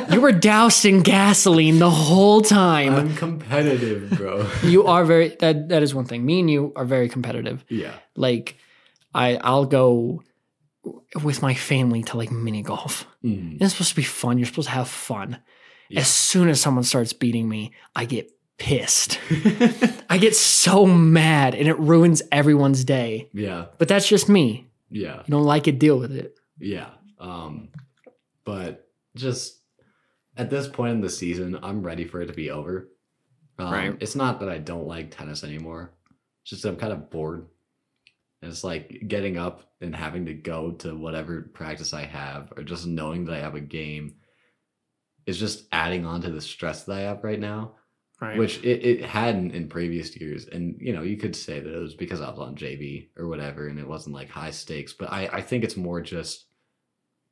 Speaker 1: You were doused in gasoline the whole time.
Speaker 2: I'm competitive, bro.
Speaker 1: you are very that that is one thing. Me and you are very competitive.
Speaker 2: yeah.
Speaker 1: Like I I'll go with my family to like mini golf.
Speaker 2: Mm.
Speaker 1: It's supposed to be fun. You're supposed to have fun.
Speaker 2: Yeah.
Speaker 1: As soon as someone starts beating me, I get pissed. I get so mad and it ruins everyone's day.
Speaker 2: yeah.
Speaker 1: But that's just me.
Speaker 2: Yeah.
Speaker 1: You don't like it, deal with it.
Speaker 2: Yeah. Um but just at this point in the season, I'm ready for it to be over. Um,
Speaker 1: Right.
Speaker 2: It's not that I don't like tennis anymore. It's just I'm kind of bored. And it's like getting up and having to go to whatever practice I have or just knowing that I have a game is just adding on to the stress that I have right now,
Speaker 1: Right.
Speaker 2: which it, it hadn't in previous years. And, you know, you could say that it was because I was on JV or whatever and it wasn't like high stakes, but I, I think it's more just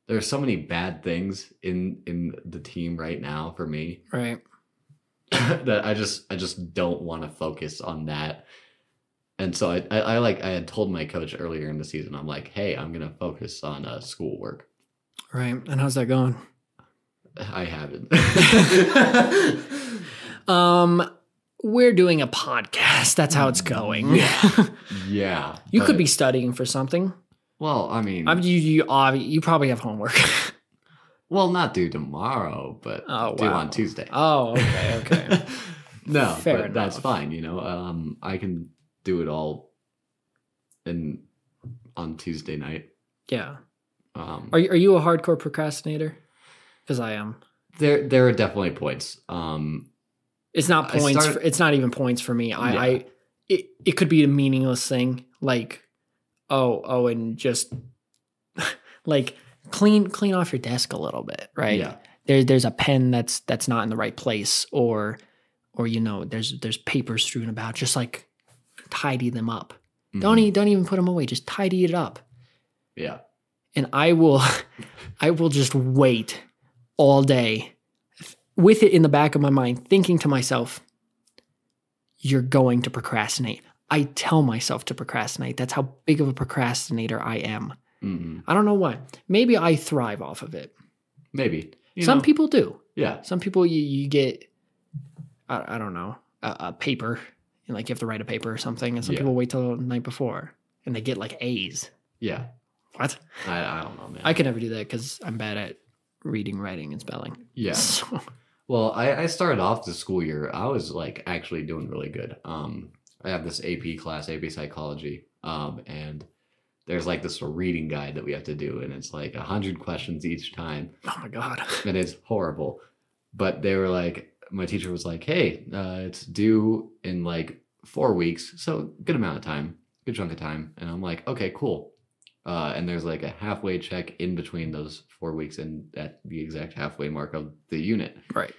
Speaker 2: there are so many bad things in in the team right now for me
Speaker 1: right.
Speaker 2: that I just I just don't want to focus on that. And so I, I I like I had told my coach earlier in the season I'm like, hey, I'm gonna focus on uh, schoolwork.
Speaker 1: Right. And how's that going?
Speaker 2: I haven't.
Speaker 1: Um we're doing a podcast. That's how it's going.
Speaker 2: yeah,
Speaker 1: you could
Speaker 2: but-
Speaker 1: be studying for something.
Speaker 2: Well, I mean,
Speaker 1: I mean, you you, obvi- you probably have homework.
Speaker 2: well, not due tomorrow, but
Speaker 1: Oh,
Speaker 2: due
Speaker 1: wow.
Speaker 2: on Tuesday.
Speaker 1: oh, okay, okay.
Speaker 2: no,
Speaker 1: Fair
Speaker 2: but that's
Speaker 1: enough.
Speaker 2: fine. You know, um, I can do it all, in on Tuesday night.
Speaker 1: yeah.
Speaker 2: Um,
Speaker 1: Are you, are you a hardcore procrastinator? Because I am.
Speaker 2: there there are definitely points. Um,
Speaker 1: It's not
Speaker 2: I
Speaker 1: points.
Speaker 2: started-
Speaker 1: for, it's not even points for me. I,
Speaker 2: Yeah.
Speaker 1: I it, it could be a meaningless thing like, oh, oh, and just like clean clean off your desk a little bit, right?
Speaker 2: Yeah.
Speaker 1: There, there's a pen that's that's not in the right place, or or you know, there's there's paper strewn about. Just like tidy them up. Don't
Speaker 2: Mhm.
Speaker 1: e- don't even put them away. Just tidy it up.
Speaker 2: Yeah.
Speaker 1: and I will I will just wait all day with it in the back of my mind thinking to myself you're going to procrastinate. I tell myself to procrastinate. That's how big of a procrastinator I am.
Speaker 2: hmm
Speaker 1: I don't know why. Maybe I thrive off of it.
Speaker 2: Maybe. You
Speaker 1: Some
Speaker 2: know,
Speaker 1: people do.
Speaker 2: Yeah.
Speaker 1: Some people you, you get I, I don't know, a, a paper and like you have to write a paper or something and some
Speaker 2: Yeah.
Speaker 1: people wait till the night before and they get like A's.
Speaker 2: Yeah.
Speaker 1: What?
Speaker 2: I, I don't know, man.
Speaker 1: I could never do that because I'm bad at reading, writing, and spelling.
Speaker 2: yeah.
Speaker 1: So,
Speaker 2: Well, I, I started off the school year. I was like actually doing really good. Um, I have this AP class, AP psychology. Um, and there's like this reading guide that we have to do, and it's like a hundred questions each time.
Speaker 1: oh my god.
Speaker 2: and it's horrible. But they were like, my teacher was like, "Hey, uh, it's due in like four weeks, so good amount of time, good chunk of time." And I'm like, "Okay, cool." Uh, and there's like a halfway check in between those four weeks and at the exact halfway mark of the unit.
Speaker 1: Right.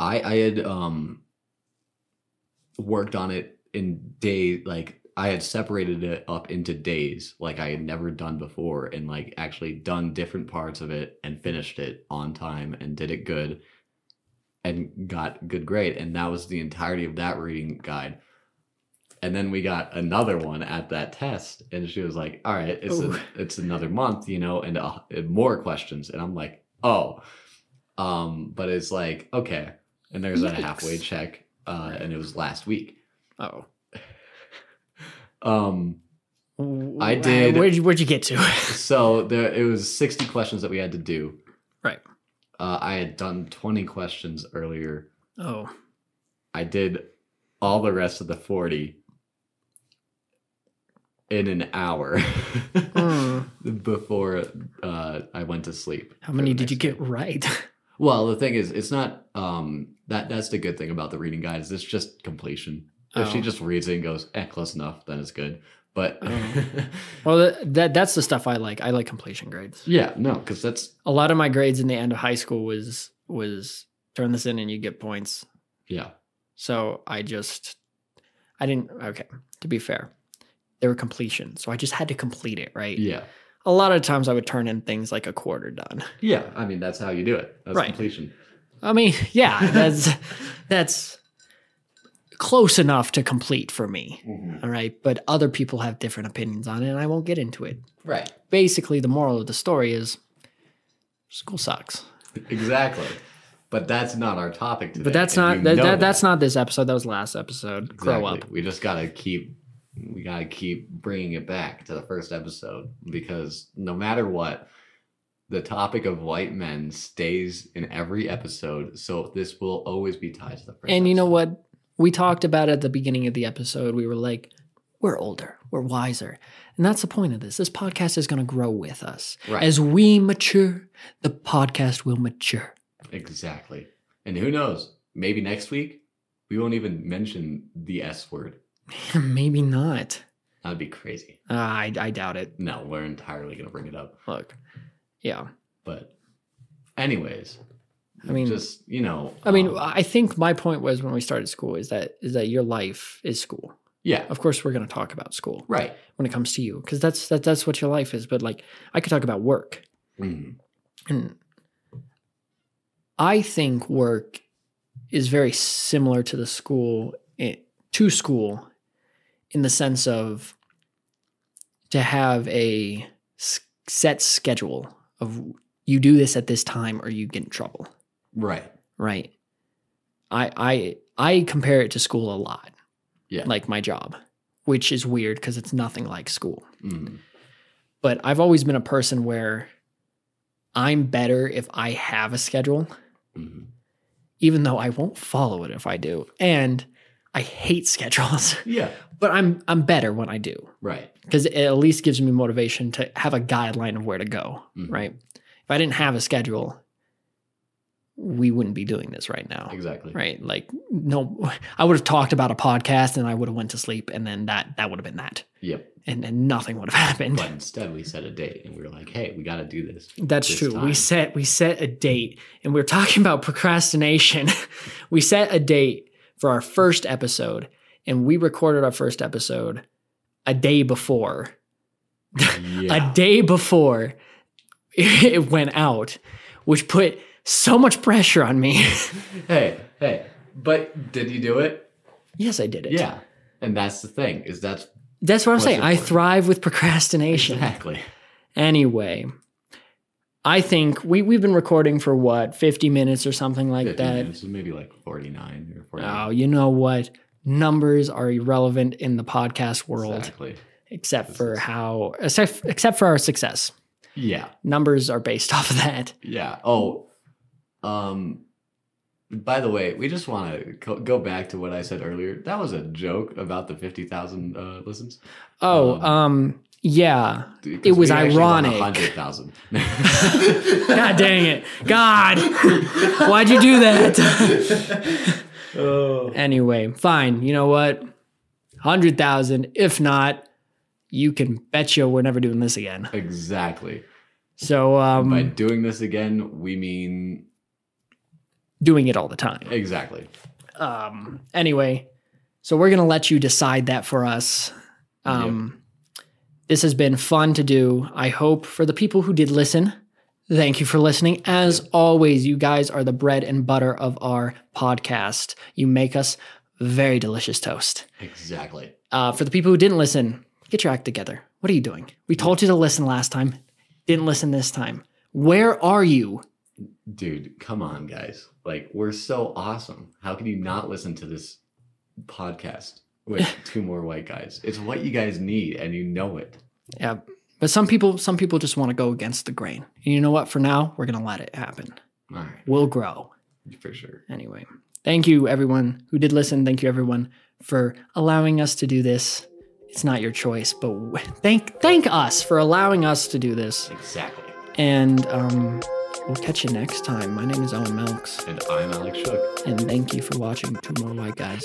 Speaker 2: I I had um worked on it in day like I had separated it up into days like I had never done before and like actually done different parts of it and finished it on time and did it good and got good grade and that was the entirety of that reading guide. And then we got another one at that test and she was like, "All right, it's
Speaker 1: Ooh.
Speaker 2: a, it's another month, you know, and uh, more questions." And I'm like, "Oh, um, but it's like okay, and there's a
Speaker 1: Yikes.
Speaker 2: halfway check, uh, and it was last week.
Speaker 1: Oh.
Speaker 2: Um,
Speaker 1: Wow.
Speaker 2: did-
Speaker 1: Where'd you Where'd you get to?
Speaker 2: so there it was 60 questions that we had to do.
Speaker 1: Right.
Speaker 2: Uh, I had done 20 questions earlier.
Speaker 1: oh.
Speaker 2: I did all the rest of the 40 in an hour
Speaker 1: Mm.
Speaker 2: before uh, I went to sleep.
Speaker 1: How
Speaker 2: for
Speaker 1: many
Speaker 2: the
Speaker 1: did you
Speaker 2: next
Speaker 1: get right?
Speaker 2: Well, the thing is, it's not um that that's the good thing about the reading guide is it's just completion. If she
Speaker 1: Oh.
Speaker 2: just reads it and goes, eh, close enough, then it's good. But
Speaker 1: Oh. well, that, that that's the stuff I like. I like completion grades.
Speaker 2: yeah, no, because that's
Speaker 1: A lot of my grades in the end of high school was was turn this in and you get points.
Speaker 2: yeah,
Speaker 1: So I just I didn't. Okay. To be fair, they were completion, so I just had to complete it. Right.
Speaker 2: yeah,
Speaker 1: A lot of times I would turn in things like a quarter done.
Speaker 2: yeah. I mean, that's how you do it. That's
Speaker 1: Right.
Speaker 2: completion.
Speaker 1: I mean, yeah, that's that's close enough to complete for me. All right, but other people have different opinions on it, and I won't get into it.
Speaker 3: Right.
Speaker 1: Basically, the moral of the story is school sucks.
Speaker 2: Exactly. But that's not our topic today.
Speaker 1: But that's
Speaker 2: and
Speaker 1: not
Speaker 2: you
Speaker 1: that,
Speaker 2: know
Speaker 1: that, that's not this episode. That was last episode. Grow up.
Speaker 2: Exactly. We just gotta keep we gotta keep bringing it back to the first episode because no matter what, the topic of white men stays in every episode. So this will always be tied to the first.
Speaker 1: And you know
Speaker 2: episode.
Speaker 1: what? We talked about at the beginning of the episode. We were like, we're older, we're wiser. And that's the point of this. This podcast is going to grow with us.
Speaker 2: Right.
Speaker 1: As we mature, the podcast will mature.
Speaker 2: Exactly. And who knows? Maybe next week we won't even mention the S word.
Speaker 1: Maybe not.
Speaker 2: That'd be crazy.
Speaker 1: Uh, I, I doubt it.
Speaker 2: No, we're entirely gonna bring it up.
Speaker 1: Look, yeah.
Speaker 2: But anyways,
Speaker 1: I mean,
Speaker 2: just you know
Speaker 1: I mean,
Speaker 2: um,
Speaker 1: I think my point was when we started school is that is that your life is school.
Speaker 2: yeah.
Speaker 1: Of course, we're going to talk about school
Speaker 2: Right.
Speaker 1: when it comes to you because that's that, that's what your life is. But like, I could talk about work.
Speaker 2: Mhm.
Speaker 1: And I think work is very similar to the school i- to school in the sense of to have a s- set schedule of you do this at this time or you get in trouble,
Speaker 2: Right.
Speaker 1: right? I I I compare it to school a lot.
Speaker 2: Yeah.
Speaker 1: Like my job, which is weird because it's nothing like school
Speaker 2: Mhm.
Speaker 1: but I've always been a person where I'm better if I have a schedule,
Speaker 2: Mhm.
Speaker 1: even though I won't follow it if I do. And I hate schedules,
Speaker 2: Yeah.
Speaker 1: but I'm I'm better when I do
Speaker 2: Right.
Speaker 1: because it at least gives me motivation to have a guideline of where to go,
Speaker 2: Mhm.
Speaker 1: right? If I didn't have a schedule, we wouldn't be doing this right now.
Speaker 2: Exactly.
Speaker 1: Right? Like no I would have talked about a podcast and I would have went to sleep and then that that would have been that.
Speaker 2: Yep.
Speaker 1: And and nothing would have happened.
Speaker 2: But instead, we set a date and we were like, hey, we got to do this.
Speaker 1: That's
Speaker 2: this
Speaker 1: true.
Speaker 2: time.
Speaker 1: We set we set a date, and we are talking about procrastination. we set a date for our first episode, and we recorded our first episode a day before.
Speaker 2: Yeah.
Speaker 1: A day before it went out, which put so much pressure on me.
Speaker 2: hey, hey. But did you do it?
Speaker 1: yes, I did it.
Speaker 2: Yeah. And that's the thing is that's
Speaker 1: That's what I'm
Speaker 2: What's
Speaker 1: saying.
Speaker 2: it
Speaker 1: I
Speaker 2: for?
Speaker 1: thrive with procrastination.
Speaker 2: exactly.
Speaker 1: Anyway, I think we we've been recording for what, 50 minutes or something like
Speaker 2: 50
Speaker 1: that.
Speaker 2: minutes is maybe like 49 or 40.
Speaker 1: Oh, you know what? Numbers are irrelevant in the podcast world,
Speaker 2: Exactly.
Speaker 1: except
Speaker 2: This
Speaker 1: for
Speaker 2: is-
Speaker 1: how, except, except for our success.
Speaker 2: Yeah.
Speaker 1: Numbers are based off of that.
Speaker 2: Yeah. Oh, um, by the way, we just want to co- go back to what I said earlier. That was a joke about the 50,000 uh, listens.
Speaker 1: Oh, um,
Speaker 2: Um,
Speaker 1: yeah.
Speaker 2: Because
Speaker 1: It was
Speaker 2: we actually want
Speaker 1: ironic.
Speaker 2: 100,000.
Speaker 1: God dang it. God, why'd you do that?
Speaker 2: oh.
Speaker 1: anyway, fine. You know what? 100,000. If not, you can bet you we're never doing this again.
Speaker 2: Exactly.
Speaker 1: So,
Speaker 2: By
Speaker 1: um,
Speaker 2: doing this again, we mean
Speaker 1: doing it all the time.
Speaker 2: exactly.
Speaker 1: um anyway so we're gonna let you decide that for us um this has been fun to do i hope for the people who did listen thank you for listening as always you guys are the bread and butter of our podcast you make us very delicious toast
Speaker 2: Exactly.
Speaker 1: uh, for the people who didn't listen get your act together what are you doing we told you to listen last time didn't listen this time where are you
Speaker 2: Dude, come on, guys. Like, we're so awesome. How can you not listen to this podcast with two more white guys? It's what you guys need, and you know it.
Speaker 1: Yeah. But some people some people just want to go against the grain. And you know what? For now, we're gonna let it happen.
Speaker 2: All right,
Speaker 1: We'll grow.
Speaker 2: for sure.
Speaker 1: Anyway. Thank you everyone who did listen. Thank you everyone for allowing us to do this. It's not your choice, but w- thank thank us for allowing us to do this.
Speaker 2: Exactly.
Speaker 1: And um we'll catch you next time. My name is Owen Milks,
Speaker 2: And I'm Alex Shook.
Speaker 1: and thank you for watching Two More White Guys.